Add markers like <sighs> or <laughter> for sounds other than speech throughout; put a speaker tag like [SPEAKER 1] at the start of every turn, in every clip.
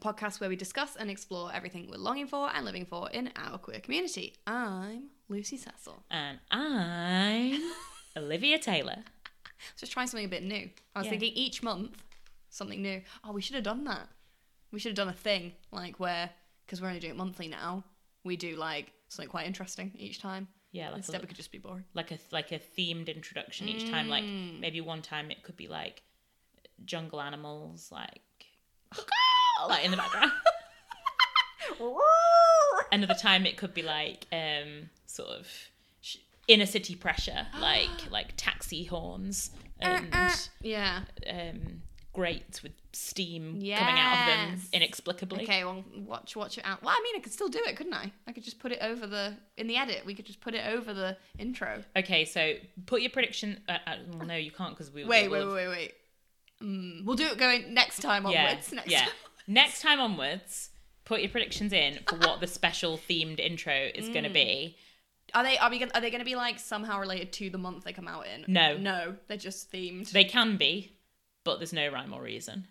[SPEAKER 1] podcast where we discuss and explore everything we're longing for and living for in our queer community. I'm Lucy Cecil.
[SPEAKER 2] And I'm Olivia Taylor.
[SPEAKER 1] I was just trying something a bit new. I was
[SPEAKER 2] Yeah.
[SPEAKER 1] thinking each month, something new. Oh, we should have done that. We should have done a thing, like where, because we're only doing it monthly now, we do like something quite interesting each time.
[SPEAKER 2] Yeah, like a,
[SPEAKER 1] Instead, we could just be boring.
[SPEAKER 2] like a like a themed introduction each time. Like
[SPEAKER 1] Mm.
[SPEAKER 2] maybe one time it could be like jungle animals, like
[SPEAKER 1] Oh,
[SPEAKER 2] <laughs> like in the background. Another time it could be like um sort of sh- inner city
[SPEAKER 1] <gasps>
[SPEAKER 2] pressure, like like taxi horns
[SPEAKER 1] Uh,
[SPEAKER 2] and
[SPEAKER 1] <laughs> Yeah.
[SPEAKER 2] um grates with steam coming out of them
[SPEAKER 1] Yes.
[SPEAKER 2] inexplicably.
[SPEAKER 1] Okay, well, watch, watch it out. Well, I mean, I could still do it, couldn't I? I could just put it over the in the edit. We could just put it over the intro.
[SPEAKER 2] Okay, so put your prediction. Uh, uh, well, no, you can't because we
[SPEAKER 1] Wait,
[SPEAKER 2] we'll
[SPEAKER 1] wait,
[SPEAKER 2] have-
[SPEAKER 1] wait, wait, wait. Mm, we'll do it going next time
[SPEAKER 2] yeah,
[SPEAKER 1] onwards. Next
[SPEAKER 2] yeah.
[SPEAKER 1] time.
[SPEAKER 2] Next time onwards, put your predictions in for what the special themed intro is going
[SPEAKER 1] Mm.
[SPEAKER 2] to be.
[SPEAKER 1] Are they are we gonna, are they going to be like somehow related to the month they come out in?
[SPEAKER 2] No.
[SPEAKER 1] no, they're just themed.
[SPEAKER 2] They can be, but there's no rhyme or reason.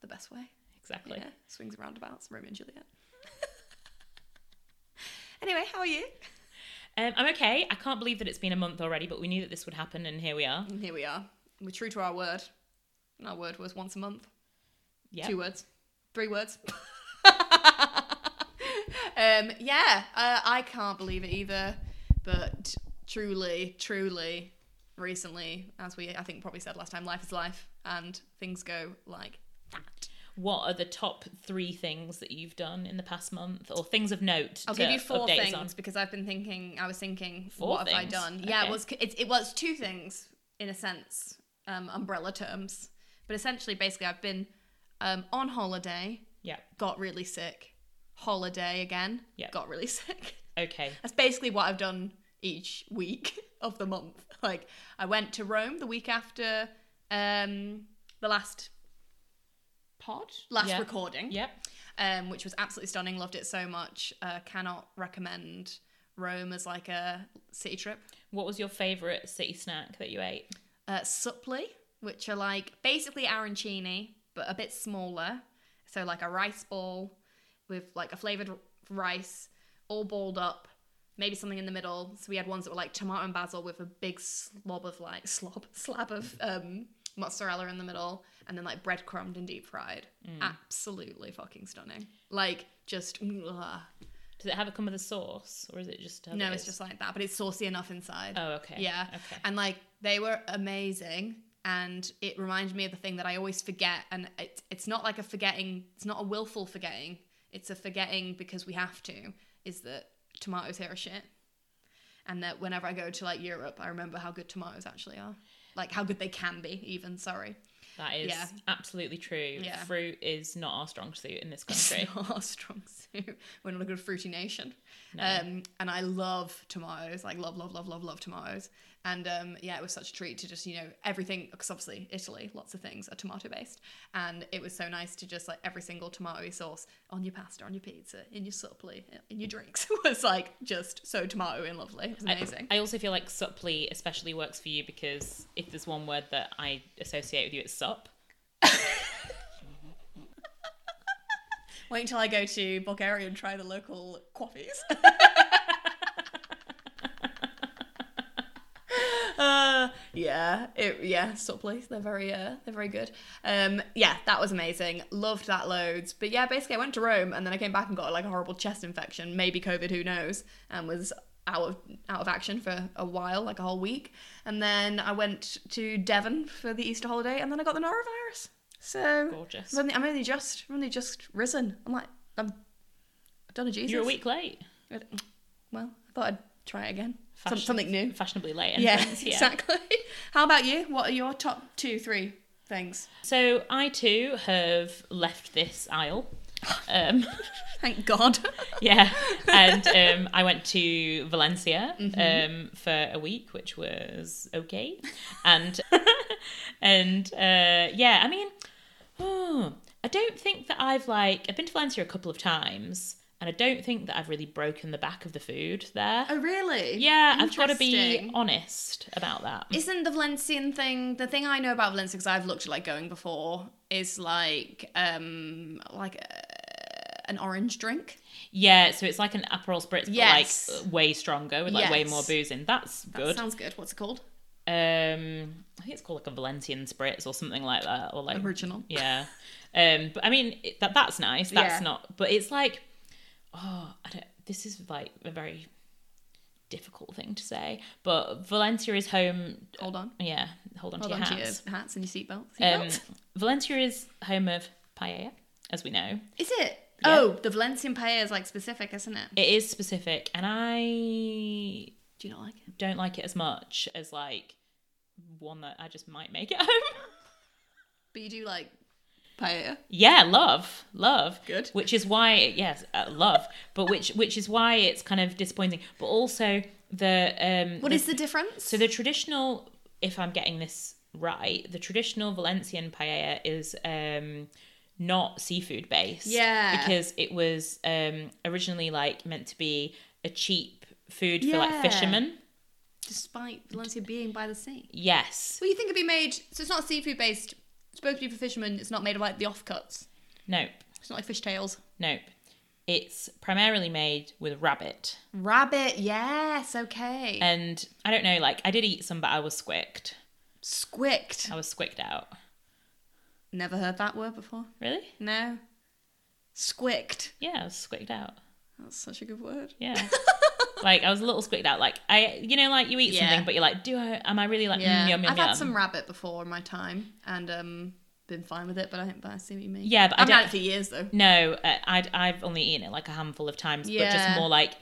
[SPEAKER 1] the best way.
[SPEAKER 2] Exactly.
[SPEAKER 1] yeah, swings and roundabouts, Romeo and Juliet. <laughs> anyway, how are you?
[SPEAKER 2] Um, I'm okay. I can't believe that it's been a month already, but we knew that this would happen, and here we are.
[SPEAKER 1] And here we are. We're true to our word. And our word was once a month.
[SPEAKER 2] Yeah.
[SPEAKER 1] Two words. Three words. <laughs> um, yeah, uh, I can't believe it either. But truly, truly, recently, as we I think probably said last time, life is life, and things go like that.
[SPEAKER 2] What are the top three things that you've done in the past month, or things of note?
[SPEAKER 1] I'll
[SPEAKER 2] to
[SPEAKER 1] give you four
[SPEAKER 2] update us
[SPEAKER 1] things
[SPEAKER 2] on?
[SPEAKER 1] because I've been thinking. I was thinking,
[SPEAKER 2] Four
[SPEAKER 1] what have I
[SPEAKER 2] things?
[SPEAKER 1] done? Yeah, it
[SPEAKER 2] Okay.
[SPEAKER 1] was. It, it was two things in a sense, um, umbrella terms. But essentially, basically, I've been um, on holiday,
[SPEAKER 2] Yeah.
[SPEAKER 1] got really sick, holiday again,
[SPEAKER 2] Yeah.
[SPEAKER 1] got really <laughs> sick.
[SPEAKER 2] Okay.
[SPEAKER 1] That's basically what I've done each week <laughs> of the month. Like I went to Rome the week after um, the last pod, last
[SPEAKER 2] Yeah.
[SPEAKER 1] recording
[SPEAKER 2] Yep.
[SPEAKER 1] um, which was absolutely stunning. Loved it so much. Uh, cannot recommend Rome as like a city trip.
[SPEAKER 2] What was your favourite city snack that you ate?
[SPEAKER 1] Uh, suppli, which are like basically arancini, but a bit smaller. So like a rice ball with like a flavored rice, all balled up. Maybe something in the middle. So we had ones that were like tomato and basil with a big slob of like <laughs> slob slab of um, mozzarella in the middle, and then like bread crumbed and deep fried. Absolutely fucking stunning. Like just. mwah.
[SPEAKER 2] Does it have it come with a sauce, or is it just? how
[SPEAKER 1] No,
[SPEAKER 2] it
[SPEAKER 1] it's
[SPEAKER 2] is?
[SPEAKER 1] just like that, but it's saucy enough inside.
[SPEAKER 2] Oh, okay.
[SPEAKER 1] Yeah.
[SPEAKER 2] Okay.
[SPEAKER 1] And like they were amazing. And it reminded me of the thing that I always forget. And it, it's not like a forgetting, it's not a willful forgetting. It's a forgetting because we have to, is that tomatoes here are shit. And that whenever I go to like Europe, I remember how good tomatoes actually are. Like how good they can be, even. Sorry.
[SPEAKER 2] That is
[SPEAKER 1] Yeah.
[SPEAKER 2] absolutely true.
[SPEAKER 1] Yeah.
[SPEAKER 2] Fruit is not our strong suit in this
[SPEAKER 1] <laughs> It's
[SPEAKER 2] country.
[SPEAKER 1] not our strong suit. We're not a good fruity nation.
[SPEAKER 2] No.
[SPEAKER 1] Um, and I love tomatoes. Like love, love, love, love, love tomatoes. And um, yeah, it was such a treat to just you know everything because obviously Italy, lots of things are tomato based, and it was so nice to just like every single tomato sauce on your pasta, on your pizza, in your supply, in your drinks <laughs> was like just so tomato and lovely. It was amazing.
[SPEAKER 2] I, I also feel like supply especially works for you because if there's one word that I associate with you, it's sup.
[SPEAKER 1] Wait until I go to Bulgaria and try the local coffees. uh, <laughs> yeah, it, yeah, supplies. They're very, uh, they're very good. Um, yeah, that was amazing. Loved that loads. But yeah, basically, I went to Rome and then I came back and got like a horrible chest infection, maybe COVID, who knows, and was out of out of action for a while, like a whole week. And then I went to Devon for the Easter holiday, and then I got the norovirus. So
[SPEAKER 2] Gorgeous.
[SPEAKER 1] I'm only, I'm only just, I'm only just risen. I'm like, I'm, I've done a Jesus.
[SPEAKER 2] You're a week late.
[SPEAKER 1] Well, I thought I'd try it again. Some,
[SPEAKER 2] Fashion-
[SPEAKER 1] something new.
[SPEAKER 2] Fashionably late.
[SPEAKER 1] Yeah,
[SPEAKER 2] entrance,
[SPEAKER 1] exactly. <laughs> How about you? What are your top two, three things?
[SPEAKER 2] So I too have left this
[SPEAKER 1] <laughs>
[SPEAKER 2] aisle. Um,
[SPEAKER 1] Thank God.
[SPEAKER 2] yeah, and um, I went to Valencia
[SPEAKER 1] Mm-hmm.
[SPEAKER 2] um, for a week, which was okay, and <laughs> and uh, yeah, I mean, oh, I don't think that I've like I've been to Valencia a couple of times, and I don't think that I've really broken the back of the food there.
[SPEAKER 1] <laughs> oh, really?
[SPEAKER 2] yeah, I've got to be
[SPEAKER 1] Interesting.
[SPEAKER 2] honest about that.
[SPEAKER 1] Isn't the Valencian thing the thing I know about Valencia because I've looked at like going before is like um like uh, an orange drink.
[SPEAKER 2] Yeah, so it's like an Aperol Spritz,
[SPEAKER 1] Yes.
[SPEAKER 2] but like way stronger with like way
[SPEAKER 1] Yes.
[SPEAKER 2] more booze in. That's
[SPEAKER 1] That
[SPEAKER 2] good.
[SPEAKER 1] sounds good. What's it called?
[SPEAKER 2] um, I think it's called like a Valencian Spritz or something like that, or like
[SPEAKER 1] Original.
[SPEAKER 2] <laughs> yeah. Um, but I mean it- that that's nice. That's
[SPEAKER 1] Yeah.
[SPEAKER 2] not. But it's like, oh, I don't, this is like a very difficult thing to say. But Valencia is home.
[SPEAKER 1] Hold on.
[SPEAKER 2] Yeah, hold on
[SPEAKER 1] Hold
[SPEAKER 2] to
[SPEAKER 1] on
[SPEAKER 2] your
[SPEAKER 1] to your
[SPEAKER 2] hats.
[SPEAKER 1] hats and your seatbelts.
[SPEAKER 2] Um,
[SPEAKER 1] Seatbelts?
[SPEAKER 2] Valencia is home of paella, as we know.
[SPEAKER 1] is it?
[SPEAKER 2] yeah.
[SPEAKER 1] Oh, the Valencian paella is like specific, isn't it?
[SPEAKER 2] It is specific, and I
[SPEAKER 1] Do you not like it?
[SPEAKER 2] don't like it as much as like one that I just might make at home. <laughs>
[SPEAKER 1] But you do like paella.
[SPEAKER 2] yeah, love, love,
[SPEAKER 1] Good.
[SPEAKER 2] Which is why, yes, uh, love. But which, which is why it's kind of disappointing. But also the um,
[SPEAKER 1] What
[SPEAKER 2] the,
[SPEAKER 1] is the difference?
[SPEAKER 2] so the traditional, if I'm getting this right, the traditional Valencian paella is um, not seafood based.
[SPEAKER 1] Yeah.
[SPEAKER 2] Because it was um, originally like meant to be a cheap food for like
[SPEAKER 1] Yeah.
[SPEAKER 2] fishermen.
[SPEAKER 1] Despite Valencia being by the sea.
[SPEAKER 2] Yes.
[SPEAKER 1] Well, you think it'd be made. So it's not seafood based. It's supposed to be for fishermen. It's not made of like the offcuts.
[SPEAKER 2] Nope.
[SPEAKER 1] It's not like fish tails.
[SPEAKER 2] Nope. It's primarily made with rabbit.
[SPEAKER 1] Rabbit. Yes. Okay.
[SPEAKER 2] And I don't know, like, I did eat some, but I was squicked.
[SPEAKER 1] Squicked.
[SPEAKER 2] I was squicked out.
[SPEAKER 1] Never heard that word before.
[SPEAKER 2] Really?
[SPEAKER 1] No. Squicked.
[SPEAKER 2] Yeah, I was squicked out.
[SPEAKER 1] That's such a good word. <laughs>
[SPEAKER 2] Yeah. like, I was a little squicked out. Like, I, you know, like, you eat
[SPEAKER 1] Yeah.
[SPEAKER 2] something, but you're like, do I, am I really like,
[SPEAKER 1] Yeah.
[SPEAKER 2] mm, yum, yum,
[SPEAKER 1] I've
[SPEAKER 2] yum?
[SPEAKER 1] had some rabbit before in my time and um been fine with it, but I but I see what you mean.
[SPEAKER 2] Yeah, but I
[SPEAKER 1] I've
[SPEAKER 2] don't-
[SPEAKER 1] had it for years though.
[SPEAKER 2] No, uh, I'd, I've only eaten it like a handful of times, but just
[SPEAKER 1] Yeah.
[SPEAKER 2] more like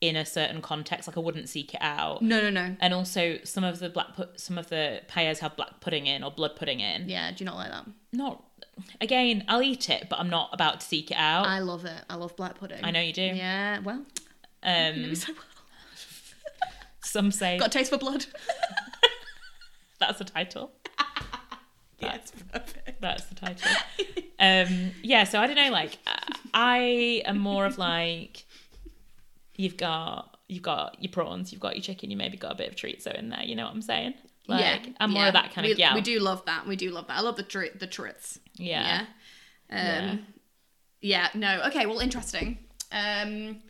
[SPEAKER 2] in a certain context. Like, I wouldn't seek it out.
[SPEAKER 1] No, no, no.
[SPEAKER 2] And also, some of the black, pu- some of the payers have black pudding in or blood pudding in.
[SPEAKER 1] Yeah, do you not like that?
[SPEAKER 2] Not, again, I'll eat it, but I'm not about to seek it out.
[SPEAKER 1] I love it. I love black pudding.
[SPEAKER 2] I know you do.
[SPEAKER 1] Yeah, well, <laughs> you know <laughs>
[SPEAKER 2] Um,
[SPEAKER 1] me so well.
[SPEAKER 2] some say
[SPEAKER 1] Got a taste for blood.
[SPEAKER 2] that's the title.
[SPEAKER 1] <laughs> That's perfect.
[SPEAKER 2] That's the title. um, yeah, so I don't know. Like, I- I am more of like, you've got you've got your prawns, you've got your chicken, you maybe got a bit of chorizo in there. You know what I'm saying? Like,
[SPEAKER 1] yeah,
[SPEAKER 2] I'm more of
[SPEAKER 1] yeah.
[SPEAKER 2] that kind
[SPEAKER 1] we,
[SPEAKER 2] of gal.
[SPEAKER 1] We do love that. We do love that. I love the tri- the trits.
[SPEAKER 2] Yeah.
[SPEAKER 1] Yeah. Um, yeah. No. Okay. Well, interesting. Um,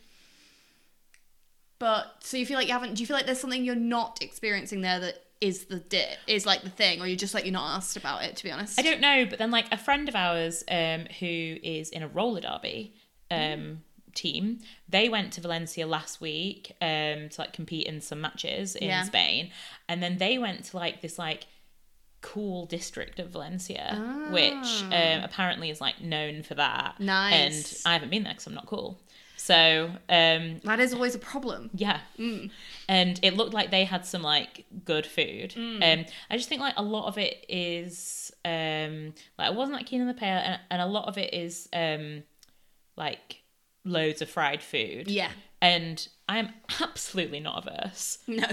[SPEAKER 1] but so you feel like you haven't? Do you feel like there's something you're not experiencing there that is the dip? Is like the thing, or you're just like you're not asked about it? To be honest,
[SPEAKER 2] I don't know, but then like a friend of ours um, who is in a roller derby um,
[SPEAKER 1] Mm.
[SPEAKER 2] team, they went to Valencia last week um, to like compete in some matches in
[SPEAKER 1] Yeah.
[SPEAKER 2] Spain, and then they went to like this like cool district of Valencia, which um, apparently is like known for that.
[SPEAKER 1] Ah. Nice.
[SPEAKER 2] And I haven't been there because I'm not cool. So um,
[SPEAKER 1] That is always a problem.
[SPEAKER 2] yeah.
[SPEAKER 1] Mm.
[SPEAKER 2] And it looked like they had some like good food.
[SPEAKER 1] Mm.
[SPEAKER 2] Um, I just think like a lot of it is um like I wasn't that keen on the paella, and, and a lot of it is um like loads of fried food.
[SPEAKER 1] Yeah.
[SPEAKER 2] And I am <laughs> absolutely not averse
[SPEAKER 1] No.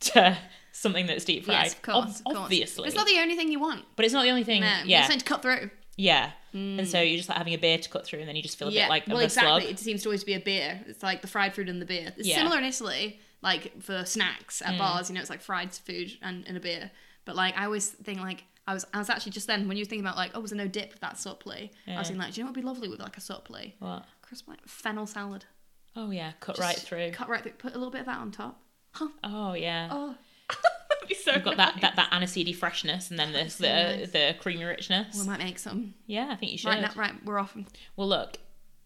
[SPEAKER 2] to something that's deep fried.
[SPEAKER 1] Yes, of course.
[SPEAKER 2] Ob-
[SPEAKER 1] of course.
[SPEAKER 2] obviously.
[SPEAKER 1] But it's not the only thing you want.
[SPEAKER 2] but it's not the only thing.
[SPEAKER 1] No. You're
[SPEAKER 2] yeah.
[SPEAKER 1] just meant to cut through.
[SPEAKER 2] Yeah. And so you're just like having a beer to cut through, and then you just feel a bit like
[SPEAKER 1] well,
[SPEAKER 2] of a
[SPEAKER 1] exactly.
[SPEAKER 2] slug.
[SPEAKER 1] It seems to always be a beer. It's like the fried food and the beer. It's
[SPEAKER 2] Yeah. Mm.
[SPEAKER 1] similar in Italy, like for snacks at bars. You know, it's like fried food and, and a beer. But like I always think like I was I was actually just then when you were thinking about like oh was there no dip with that suppley? I was thinking like do you know what would be lovely with like a suppley?
[SPEAKER 2] What?
[SPEAKER 1] Crisp like fennel salad.
[SPEAKER 2] Oh yeah, cut right
[SPEAKER 1] Just
[SPEAKER 2] through.
[SPEAKER 1] Cut right through. Put a little bit of that on top. Huh.
[SPEAKER 2] Oh yeah. <laughs>
[SPEAKER 1] Oh, that'd be so.
[SPEAKER 2] You've got <laughs> that, that, that aniseedy freshness and then the, the, the creamy richness.
[SPEAKER 1] We might make some.
[SPEAKER 2] Yeah, I think you should.
[SPEAKER 1] Right, now, right, we're off.
[SPEAKER 2] Well, look,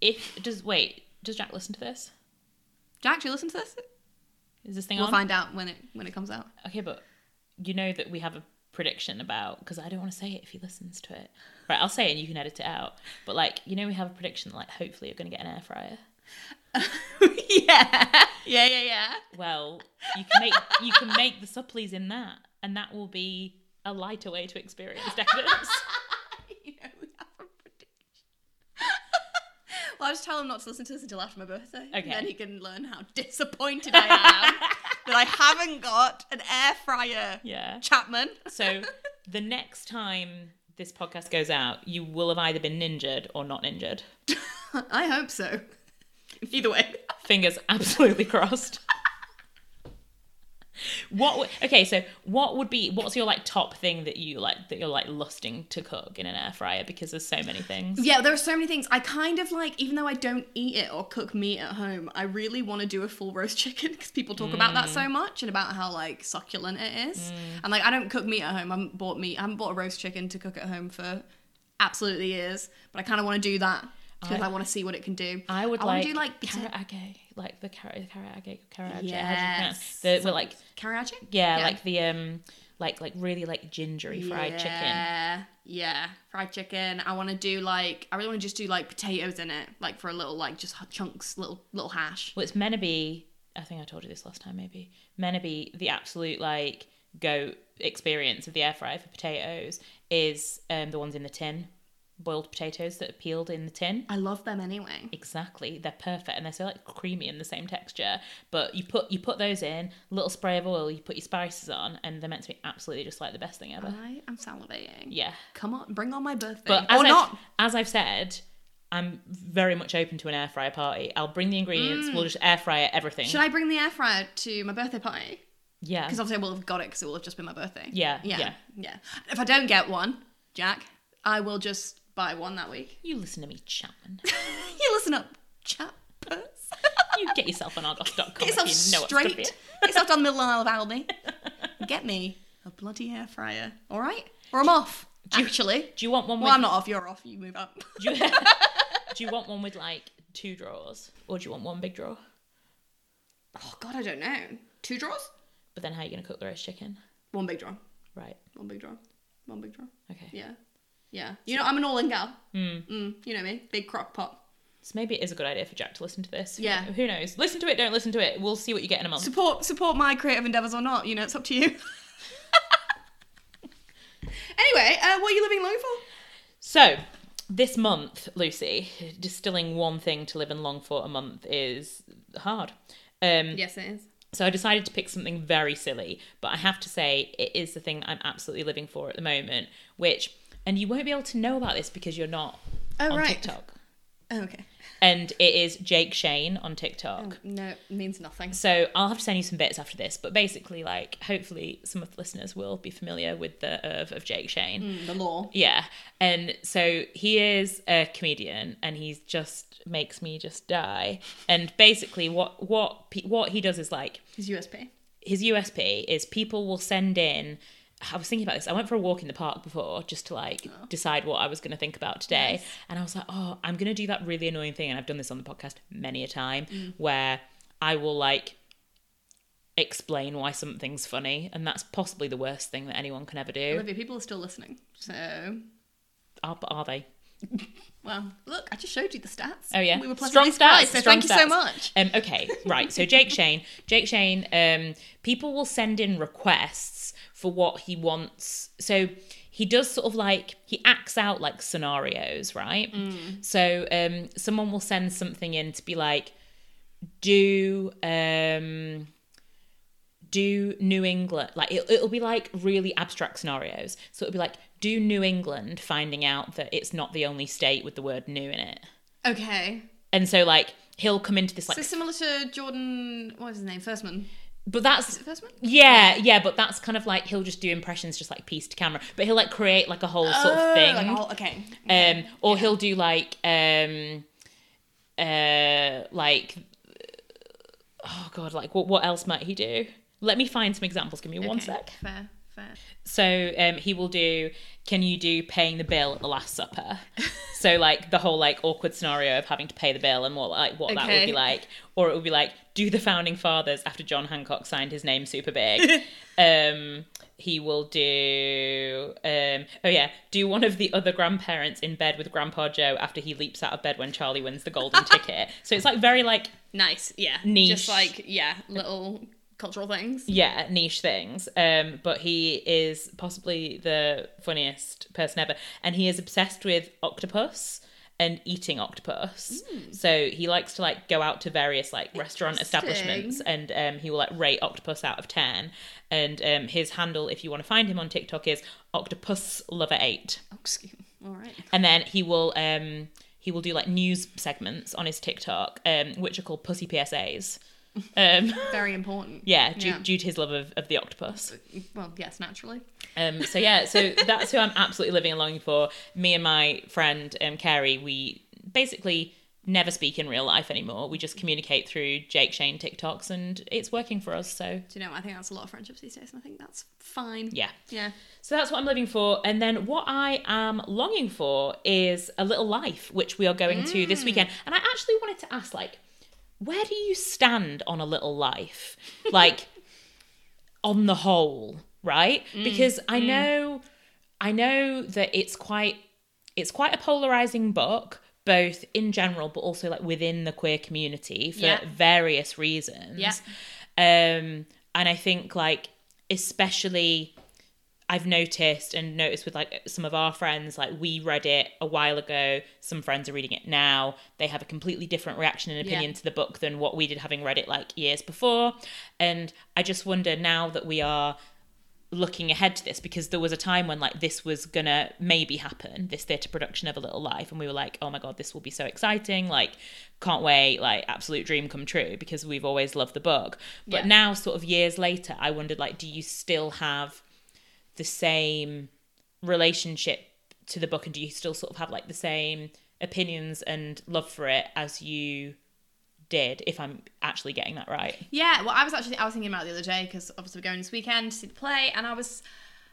[SPEAKER 2] if. Does. Wait, does Jack listen to this?
[SPEAKER 1] Jack, do you listen to this?
[SPEAKER 2] Is this thing
[SPEAKER 1] We'll
[SPEAKER 2] on?
[SPEAKER 1] find out when it when it comes
[SPEAKER 2] <laughs>
[SPEAKER 1] out.
[SPEAKER 2] Okay, but you know that we have a prediction about. Because I don't want to say it if he listens to it. Right, I'll say it and you can edit it out. But, like, you know, we have a prediction, like, hopefully you're going to get an air fryer.
[SPEAKER 1] yeah, yeah, yeah, yeah.
[SPEAKER 2] Well, you can make you can make the supplies in that, and that will be a lighter way to experience <laughs> decadence.
[SPEAKER 1] <laughs> you know, we have a prediction. <laughs> well, I'll just tell him not to listen to this until after my birthday.
[SPEAKER 2] Okay.
[SPEAKER 1] And then he can learn how disappointed I
[SPEAKER 2] <laughs>
[SPEAKER 1] am that I haven't got an air fryer.
[SPEAKER 2] yeah.
[SPEAKER 1] Chapman.
[SPEAKER 2] So the next time this podcast goes out, you will have either been ninjured or not ninjured.
[SPEAKER 1] <laughs> I hope so. Either way.
[SPEAKER 2] <laughs> Fingers absolutely crossed. What? w- Okay, so what would be? What's your like top thing that you like that you're like lusting to cook in an air fryer? Because there's so many things.
[SPEAKER 1] Yeah, there are so many things. I kind of like, even though I don't eat it or cook meat at home, I really want to do a full roast <laughs> chicken because people talk about that
[SPEAKER 2] Mm.
[SPEAKER 1] so much and about how like succulent it is. And like, I don't cook meat at home. I haven't bought meat. I haven't bought a roast chicken to cook at home for absolutely years. But I kind of want to do that because I,
[SPEAKER 2] I-
[SPEAKER 1] want to see what it can do.
[SPEAKER 2] I would
[SPEAKER 1] I wanna
[SPEAKER 2] like,
[SPEAKER 1] do like
[SPEAKER 2] carrot age, like the carrot, the carrot age, carrot age.
[SPEAKER 1] Yes.
[SPEAKER 2] the, we're like
[SPEAKER 1] Karaage?
[SPEAKER 2] yeah,
[SPEAKER 1] Yeah.
[SPEAKER 2] like the um, like like really like gingery fried chicken.
[SPEAKER 1] Yeah, yeah, fried chicken. I want to do like I really want to just do like potatoes in it, like for a little like just chunks, little little hash.
[SPEAKER 2] Well, it's meant to be. I think I told you this last time, maybe. Meant to be the absolute like go experience of the air fryer for potatoes is um, the ones in the tin, boiled potatoes that are peeled in the tin.
[SPEAKER 1] I love them anyway.
[SPEAKER 2] Exactly, they're perfect, and they're so like creamy and the same texture. But you put you put those in, little spray of oil, you put your spices on, and they're meant to be absolutely just like the best thing ever.
[SPEAKER 1] I am salivating.
[SPEAKER 2] yeah,
[SPEAKER 1] Come on, bring on my birthday.
[SPEAKER 2] but as
[SPEAKER 1] or
[SPEAKER 2] I've,
[SPEAKER 1] not.
[SPEAKER 2] as I've said. I'm very much open to an air fryer party. I'll bring the ingredients. We'll just air fryer everything.
[SPEAKER 1] Mm. Should I bring the air fryer to my birthday party?
[SPEAKER 2] yeah.
[SPEAKER 1] Because obviously I will have got it because it will have just been my birthday.
[SPEAKER 2] Yeah,
[SPEAKER 1] Yeah.
[SPEAKER 2] yeah.
[SPEAKER 1] yeah. If I don't get one, Jack, I will just buy one that week. <laughs>
[SPEAKER 2] You listen to me, Chapman.
[SPEAKER 1] you listen up, chappers.
[SPEAKER 2] <laughs> You get yourself on argos.com.
[SPEAKER 1] Get yourself
[SPEAKER 2] if you know
[SPEAKER 1] straight.
[SPEAKER 2] What's
[SPEAKER 1] Get <laughs> yourself down the middle aisle of Aldi.
[SPEAKER 2] <laughs>
[SPEAKER 1] Get me a bloody air fryer. All right? Or I'm off. Actually.
[SPEAKER 2] do you Oh want one?
[SPEAKER 1] Well,
[SPEAKER 2] with,
[SPEAKER 1] I'm not off. You're off. You move up. <laughs>
[SPEAKER 2] <laughs> Do you, do you want one with like two drawers, or do you want one big drawer?
[SPEAKER 1] Oh, God, I don't know. Two drawers?
[SPEAKER 2] But then how are you going to cook the roast chicken?
[SPEAKER 1] One big drawer.
[SPEAKER 2] Right.
[SPEAKER 1] One big drawer. One big drawer.
[SPEAKER 2] Okay.
[SPEAKER 1] Yeah. Yeah. You know, I'm an all in gal.
[SPEAKER 2] Hmm.
[SPEAKER 1] Mm. you know me. Big crock pot.
[SPEAKER 2] So maybe it is a good idea for Jack to listen to this. Who-
[SPEAKER 1] Yeah.
[SPEAKER 2] Who knows? Listen to it. Don't listen to it. We'll see what you get in a month.
[SPEAKER 1] Support support my creative endeavours or not, you know, it's up to you. <laughs> anyway, uh, what are you living long for?
[SPEAKER 2] So this month, Lucy, distilling one thing to live and long for a month is hard. Um,
[SPEAKER 1] Yes, it is.
[SPEAKER 2] So I decided to pick something very silly, but I have to say it is the thing that I'm absolutely living for at the moment, which and you won't be able to know about this because you're not
[SPEAKER 1] Oh,
[SPEAKER 2] on
[SPEAKER 1] right.
[SPEAKER 2] TikTok.
[SPEAKER 1] Oh, okay.
[SPEAKER 2] And it is Jake Shane on TikTok.
[SPEAKER 1] No, it means nothing.
[SPEAKER 2] So I'll have to send you some bits after this, but basically like hopefully some of the listeners will be familiar with the Irv of Jake Shane.
[SPEAKER 1] Mm, The law.
[SPEAKER 2] Yeah. And so he is a comedian and he's just makes me just die. And basically what what pe- what he does is like
[SPEAKER 1] His USP.
[SPEAKER 2] his USP is people will send in. I was thinking about this. I went for a walk in the park before just to like decide what I was going to think about today. And I was like, oh, I'm going to do that really annoying thing. And I've done this on the podcast many a time where I will like explain why something's funny. And that's possibly the worst thing that anyone can ever do.
[SPEAKER 1] Olivia, people are still listening. So,
[SPEAKER 2] Are, are they?
[SPEAKER 1] well, look, I just showed you the stats.
[SPEAKER 2] Oh yeah,
[SPEAKER 1] We were
[SPEAKER 2] strong
[SPEAKER 1] pleasantly
[SPEAKER 2] stats.
[SPEAKER 1] surprised, so
[SPEAKER 2] strong
[SPEAKER 1] thank you so
[SPEAKER 2] stats.
[SPEAKER 1] much.
[SPEAKER 2] Um, okay, <laughs> right. So Jake Shane, Jake Shane. Um, people will send in requests for what he wants. So he does sort of like he acts out like scenarios, right?
[SPEAKER 1] Mm.
[SPEAKER 2] So um, someone will send something in to be like, do um do New England like it, it'll be like really abstract scenarios. So it'll be like do New England finding out that it's not the only state with the word new in it.
[SPEAKER 1] Okay.
[SPEAKER 2] And so like he'll come into this like
[SPEAKER 1] So similar to Jordan, what was his name? Firstman.
[SPEAKER 2] but that's
[SPEAKER 1] Is it Firstman?
[SPEAKER 2] yeah, yeah, but that's kind of like he'll just do impressions just like piece to camera. But he'll like create like a whole sort of thing.
[SPEAKER 1] Oh, Like a whole- okay.
[SPEAKER 2] um or he'll do like um uh like oh god, like what what else might he do? Let me find some examples. Give me one
[SPEAKER 1] Okay.
[SPEAKER 2] sec.
[SPEAKER 1] Fair, fair.
[SPEAKER 2] So um, he will do. Can you do paying the bill at the Last Supper? so like the whole like awkward scenario of having to pay the bill and what like what that would
[SPEAKER 1] Okay.
[SPEAKER 2] be like, or it would be like do the founding fathers after John Hancock signed his name super big. um, he will do. Um, oh yeah, do one of the other grandparents in bed with Grandpa Joe after he leaps out of bed when Charlie wins the golden ticket. So it's like very like
[SPEAKER 1] Nice, yeah.
[SPEAKER 2] Niche.
[SPEAKER 1] Just like, yeah, little cultural things.
[SPEAKER 2] yeah niche things um but he is possibly the funniest person ever and he is obsessed with octopus and eating octopus so he likes to like go out to various like restaurant
[SPEAKER 1] Mm. Interesting.
[SPEAKER 2] establishments and um he will like rate octopus out of 10 and um his handle if you want to find him on tiktok is octopus lover 8
[SPEAKER 1] Oh, excuse me. All right.
[SPEAKER 2] and then he will
[SPEAKER 1] <laughs>
[SPEAKER 2] um he will do like news segments on his tiktok um which are called pussy psas Um,
[SPEAKER 1] Very important.
[SPEAKER 2] yeah, due,
[SPEAKER 1] Yeah.
[SPEAKER 2] due to his love of, of the octopus.
[SPEAKER 1] Well, yes, naturally.
[SPEAKER 2] Um, so yeah, so that's who I'm absolutely living and longing for. Me and my friend um, Carrie, we basically never speak in real life anymore. We just communicate through Jake Shane TikToks, and it's working for us. So
[SPEAKER 1] Do you know? I think that's a lot of friendships these days, and I think that's fine.
[SPEAKER 2] yeah.
[SPEAKER 1] Yeah.
[SPEAKER 2] So that's what I'm living for. And then what I am longing for is a little life, which we are going to
[SPEAKER 1] Mm.
[SPEAKER 2] this weekend. And I actually wanted to ask, like, where do you stand on a little life?
[SPEAKER 1] <laughs>
[SPEAKER 2] Like, on the whole, right?
[SPEAKER 1] Mm,
[SPEAKER 2] Because I know I know that it's quite it's quite a polarizing book, both in general, but also like within the queer community for
[SPEAKER 1] Yeah.
[SPEAKER 2] various reasons.
[SPEAKER 1] Yeah.
[SPEAKER 2] Um, and I think like especially I've noticed and noticed with like some of our friends, like we read it a while ago, some friends are reading it now. They have a completely different reaction and
[SPEAKER 1] Yeah.
[SPEAKER 2] opinion to the book than what we did having read it like years before. And I just wonder now that we are looking ahead to this because there was a time when like this was gonna maybe happen this theatre production of a little life and we were like oh my god this will be so exciting like can't wait like absolute dream come true because we've always loved the book but
[SPEAKER 1] Yeah.
[SPEAKER 2] now sort of years later i wondered like do you still have the same relationship to the book and do you still sort of have like the same opinions and love for it as you did if i'm actually getting that right
[SPEAKER 1] Yeah, well, I was actually I was thinking about it the other day because obviously we're going this weekend to see the play, and I was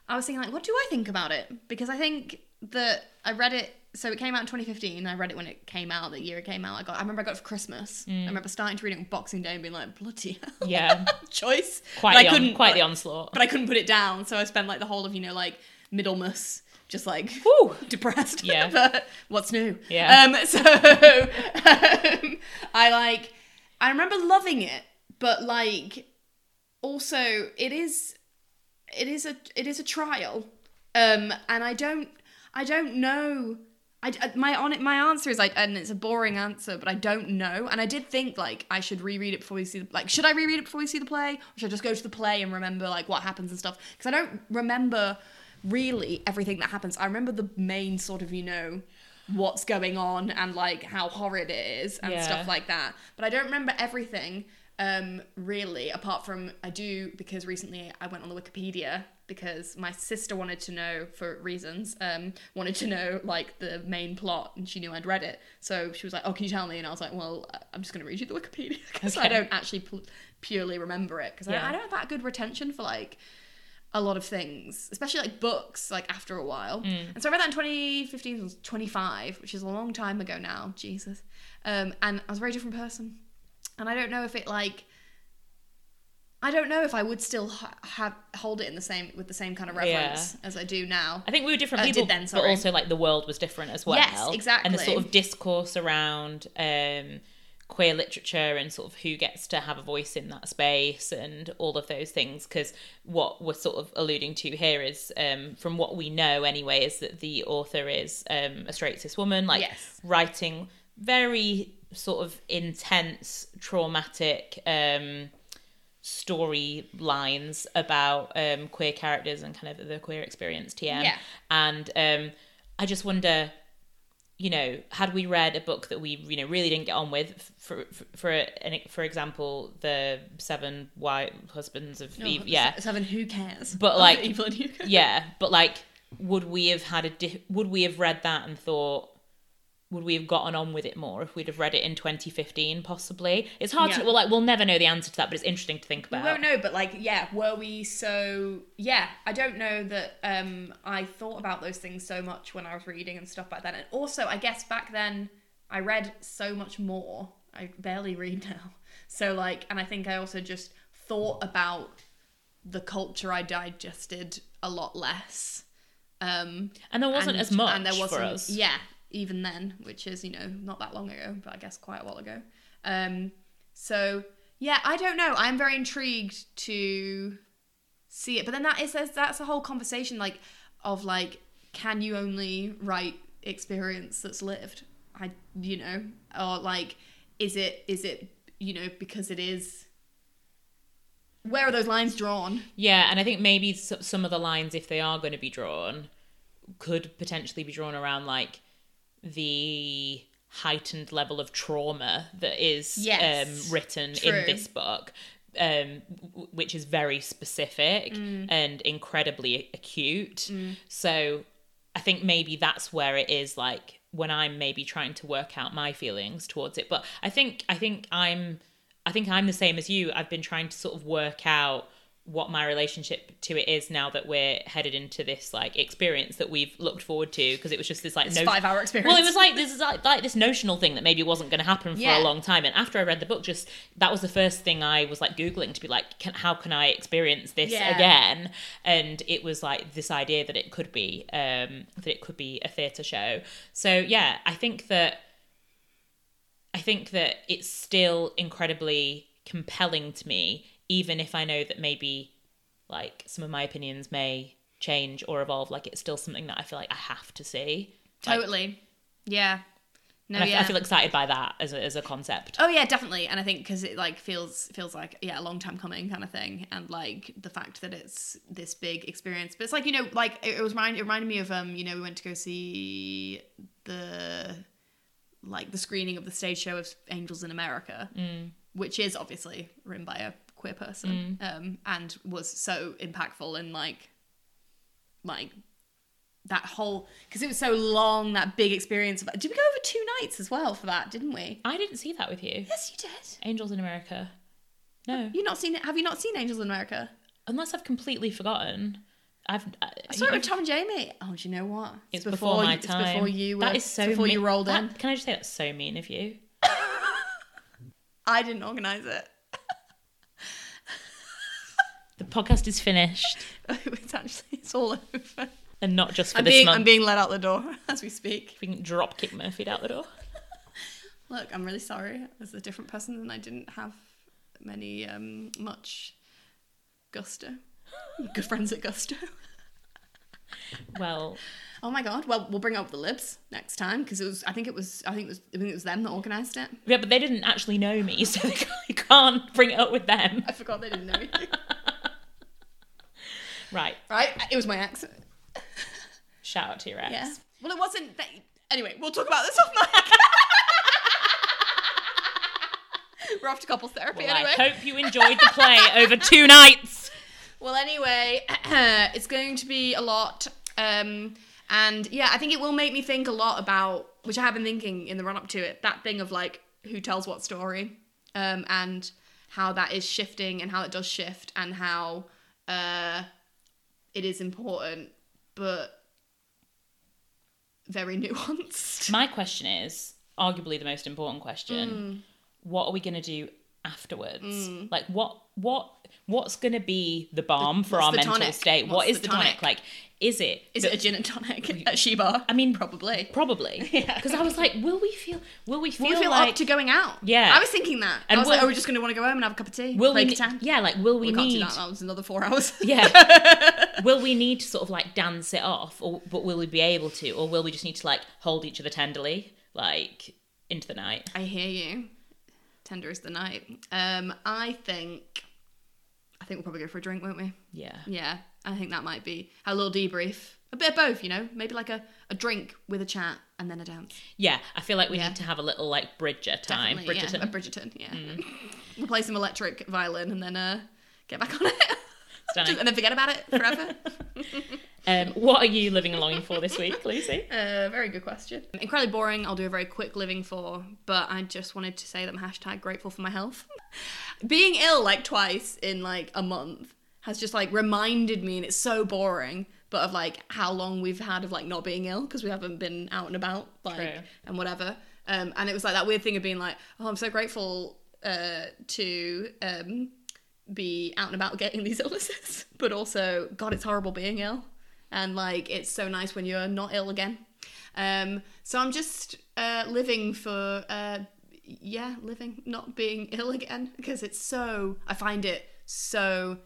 [SPEAKER 1] I was thinking like, what do I think about it? Because I think that I read it. So it came out in 2015. I read it when it came out, the year it came out. I got. I remember I got it for Christmas.
[SPEAKER 2] Mm.
[SPEAKER 1] I remember starting to read it on Boxing Day and being like, bloody <laughs> hell,
[SPEAKER 2] yeah
[SPEAKER 1] choice.
[SPEAKER 2] quite
[SPEAKER 1] but
[SPEAKER 2] the
[SPEAKER 1] I
[SPEAKER 2] on-
[SPEAKER 1] couldn't
[SPEAKER 2] quite
[SPEAKER 1] but,
[SPEAKER 2] the onslaught
[SPEAKER 1] but I couldn't put it down. So I spent like the whole of you know like Middlemas just like
[SPEAKER 2] Whew.
[SPEAKER 1] <laughs> depressed.
[SPEAKER 2] Yeah.
[SPEAKER 1] but what's new?
[SPEAKER 2] Yeah.
[SPEAKER 1] Um, <laughs> so um, I like, I remember loving it, but like, also it is, it is a, it is a trial. Um, and I don't, I don't know. I, I- my on my answer is like, and it's a boring answer, but I don't know. And I did think like I should reread it before we see the like, should I reread it before we see the play, or should I just go to the play and remember like what happens and stuff? Because I don't remember really everything that happens. I remember the main sort of you know what's going on and like how horrid it is and
[SPEAKER 2] Yeah.
[SPEAKER 1] stuff like that. But I don't remember everything um really apart from I do because recently I went on the Wikipedia because my sister wanted to know for reasons um wanted to know like the main plot and she knew I'd read it. So she was like, "Oh, can you tell me?" and I was like, "Well, I- I'm just going to read you the Wikipedia <laughs> because I
[SPEAKER 2] Okay.
[SPEAKER 1] don't actually pu- purely remember it because
[SPEAKER 2] Yeah.
[SPEAKER 1] I, I don't have that good retention for like a lot of things, especially like books, like after a while.
[SPEAKER 2] Hmm.
[SPEAKER 1] And so I read that in 2015, I was 25, which is a long time ago now, Jesus. Um, and I was a very different person. And I don't know if it like, I don't know if I would still ha- have hold it in the same with the same kind of reverence as I do now.
[SPEAKER 2] I think we were different
[SPEAKER 1] Uh,
[SPEAKER 2] people,
[SPEAKER 1] did then,
[SPEAKER 2] but
[SPEAKER 1] sorry.
[SPEAKER 2] also like the world was different as well.
[SPEAKER 1] Yes,
[SPEAKER 2] And the
[SPEAKER 1] exactly.
[SPEAKER 2] sort of discourse around um, queer literature and sort of who gets to have a voice in that space and all of those things. Because what we're sort of alluding to here is, um, from what we know anyway, is that the author is um, a straight cis woman, like
[SPEAKER 1] Yes.
[SPEAKER 2] writing very sort of intense, traumatic. Um, storylines about um, queer characters and kind of the queer experience TM.
[SPEAKER 1] Yeah.
[SPEAKER 2] And um, I just wonder, you know, had we read a book that we, you know, really didn't get on with, for for for, an, e, for example, the Seven White Husbands of
[SPEAKER 1] Oh,
[SPEAKER 2] Eve, yeah,
[SPEAKER 1] Seven, who cares? <laughs>
[SPEAKER 2] But,
[SPEAKER 1] Of
[SPEAKER 2] like-
[SPEAKER 1] evil and who cares?
[SPEAKER 2] yeah, but like, would we have had a di- would we have read that and thought? Would we have gotten on with it more if we'd have read it in 2015? Possibly. It's hard
[SPEAKER 1] Yeah.
[SPEAKER 2] to. Well, like we'll never know the answer to that, but it's interesting to think about.
[SPEAKER 1] I don't know, but like, yeah, were we so? Yeah, I don't know that um, I thought about those things so much when I was reading and stuff back then. And also, I guess back then I read so much more. I barely read <laughs> now. So like, and I think I also just thought about the culture I digested a lot less. Um,
[SPEAKER 2] And there wasn't
[SPEAKER 1] and-
[SPEAKER 2] as much
[SPEAKER 1] and there wasn't
[SPEAKER 2] for us.
[SPEAKER 1] yeah even then which is you know not that long ago but i guess quite a while ago um so yeah i don't know i'm very intrigued to see it but then that is there's- that's a whole conversation like of like can you only write experience that's lived i you know or like is it is it you know because it is where are those lines drawn
[SPEAKER 2] Yeah, and I think maybe s- some of the lines, if they are going to be drawn, could potentially be drawn around like the heightened level of trauma that is
[SPEAKER 1] Yes.
[SPEAKER 2] um, written
[SPEAKER 1] True.
[SPEAKER 2] in this book, um, w- which is very specific
[SPEAKER 1] Mm.
[SPEAKER 2] and incredibly acute. So I think maybe that's where it is like when I'm maybe trying to work out my feelings towards it. But I think I think I'm I think I'm the same as you. I've been trying to sort of work out what my relationship to it is now that we're headed into this like experience that we've looked forward to because it was just this like
[SPEAKER 1] It's
[SPEAKER 2] no
[SPEAKER 1] five hour experience.
[SPEAKER 2] well, it was like this is like, like this notional thing that maybe wasn't going to happen for
[SPEAKER 1] Yeah.
[SPEAKER 2] a long time. And after I read the book, just that was the first thing I was like googling to be like, can, how can I experience this
[SPEAKER 1] Yeah.
[SPEAKER 2] again? And it was like this idea that it could be um, that it could be a theatre show. So yeah, I think that I think that it's still incredibly compelling to me, even if I know that maybe like some of my opinions may change or evolve. Like it's still something that I feel like I have to see. Like,
[SPEAKER 1] totally. yeah. No,
[SPEAKER 2] and I,
[SPEAKER 1] yeah.
[SPEAKER 2] I feel excited by that as a, as a concept.
[SPEAKER 1] Oh yeah, definitely. And I think because it like feels feels like yeah, a long time coming kind of thing, and like the fact that it's this big experience. But it's like you know, like it, it was remind, it reminded me of um, you know, we went to go see the like the screening of the stage show of Angels in America, which is obviously written by a queer person, um, and was so impactful and like like that whole because it was so long that big experience of did we go over two nights as well for that didn't we
[SPEAKER 2] I didn't see that with you.
[SPEAKER 1] Yes, you did.
[SPEAKER 2] Angels in America. No,
[SPEAKER 1] You not seen it? Have you not seen Angels in America?
[SPEAKER 2] unless I've completely forgotten. I've. I,
[SPEAKER 1] I saw it with Tom and Jamie. Oh, do you know what?
[SPEAKER 2] It's before, my
[SPEAKER 1] you,
[SPEAKER 2] time.
[SPEAKER 1] It's before you. Were,
[SPEAKER 2] that is so
[SPEAKER 1] before
[SPEAKER 2] mean.
[SPEAKER 1] you rolled
[SPEAKER 2] that-
[SPEAKER 1] in.
[SPEAKER 2] Can I just say that's so mean of you?
[SPEAKER 1] I didn't organize it. <laughs>
[SPEAKER 2] The podcast is finished,
[SPEAKER 1] it's actually it's all over.
[SPEAKER 2] and not just for
[SPEAKER 1] I'm
[SPEAKER 2] this
[SPEAKER 1] being
[SPEAKER 2] month.
[SPEAKER 1] I'm being let out the door <laughs> as we speak.
[SPEAKER 2] we can drop kick Murphy out the door.
[SPEAKER 1] Look, I'm really sorry. I was a different person, and I didn't have many um much gusto. Good friends at gusto. <laughs>
[SPEAKER 2] Well,
[SPEAKER 1] Oh my god. Well, we'll bring up the libs next time because it was. I think it was. I think it was. I think it was them that organized it.
[SPEAKER 2] yeah, but they didn't actually know me, <laughs> so they can't- you can't bring it up with them.
[SPEAKER 1] I forgot they didn't know you.
[SPEAKER 2] Right.
[SPEAKER 1] <laughs> right? It was my accent.
[SPEAKER 2] Shout out to your ex.
[SPEAKER 1] Yeah. Well, it wasn't. That... Anyway, we'll talk about this off mic. <laughs> We're off to couples therapy
[SPEAKER 2] Well,
[SPEAKER 1] anyway.
[SPEAKER 2] I hope you enjoyed the play over two nights.
[SPEAKER 1] Well, anyway, <clears throat> it's going to be a lot. Um, and yeah, I think it will make me think a lot about, which I have been thinking in the run up to it, that thing of like who tells what story um, and how that is shifting and how it does shift and how uh, it is important but very <laughs> nuanced.
[SPEAKER 2] My question is arguably the most important
[SPEAKER 1] Mm.
[SPEAKER 2] question. What are we going to do afterwards? Like what what what's going to be the balm for
[SPEAKER 1] what's
[SPEAKER 2] our
[SPEAKER 1] Mm. the
[SPEAKER 2] mental
[SPEAKER 1] tonic?
[SPEAKER 2] state?
[SPEAKER 1] What's
[SPEAKER 2] what is
[SPEAKER 1] the
[SPEAKER 2] the tonic?
[SPEAKER 1] tonic?
[SPEAKER 2] Like is it
[SPEAKER 1] Is
[SPEAKER 2] that-
[SPEAKER 1] it a gin and tonic at Sheba?
[SPEAKER 2] I mean
[SPEAKER 1] probably.
[SPEAKER 2] probably
[SPEAKER 1] <laughs> Yeah.
[SPEAKER 2] because I was like will we feel will we feel,
[SPEAKER 1] Will we feel
[SPEAKER 2] like
[SPEAKER 1] up to going out?
[SPEAKER 2] Yeah.
[SPEAKER 1] I was thinking that.
[SPEAKER 2] And
[SPEAKER 1] I was like,
[SPEAKER 2] will-
[SPEAKER 1] oh, we're just going to want to go home and have a cup of tea.
[SPEAKER 2] will
[SPEAKER 1] play
[SPEAKER 2] we ne-
[SPEAKER 1] Catan.
[SPEAKER 2] yeah like will we,
[SPEAKER 1] We can't do
[SPEAKER 2] need
[SPEAKER 1] that. That was another four
[SPEAKER 2] <laughs>
[SPEAKER 1] hours.
[SPEAKER 2] yeah
[SPEAKER 1] <laughs>
[SPEAKER 2] will we need to sort of like dance it off or but will we be able to or will we just need to like hold each other tenderly like into the night
[SPEAKER 1] I hear you. Tender is the night. Um, I think, I think we'll probably go for a drink, won't we?
[SPEAKER 2] yeah
[SPEAKER 1] Yeah, I think that might be a little debrief, a bit of both, you know, maybe like a, a drink with a chat and then a dance.
[SPEAKER 2] yeah I feel like we
[SPEAKER 1] Yeah.
[SPEAKER 2] need to have a little like Bridger time
[SPEAKER 1] Definitely,
[SPEAKER 2] Bridgerton Mm.
[SPEAKER 1] yeah, a Bridgerton. Yeah, <laughs> we'll play some electric violin and then uh, get back on it.
[SPEAKER 2] Stunning.
[SPEAKER 1] <laughs> and then forget about it forever.
[SPEAKER 2] Um, what are you living and longing for this week, Lucy?
[SPEAKER 1] Uh, very good question. Incredibly boring. I'll do a very quick living for, but I just wanted to say that I'm hashtag grateful for my health. <laughs> Being ill like twice in like a month has just like reminded me, and it's so boring, but of like how long we've had of like not being ill because we haven't been out and about, like
[SPEAKER 2] True.
[SPEAKER 1] and whatever. Um, and it was like that weird thing of being like, oh, I'm so grateful uh, to um, be out and about getting <laughs> these illnesses, but also, God, it's horrible being ill. And like, it's so nice when you're not ill again. Um, so I'm just uh, living for, uh, yeah, living, not being <laughs> ill again, because it's so, I find it so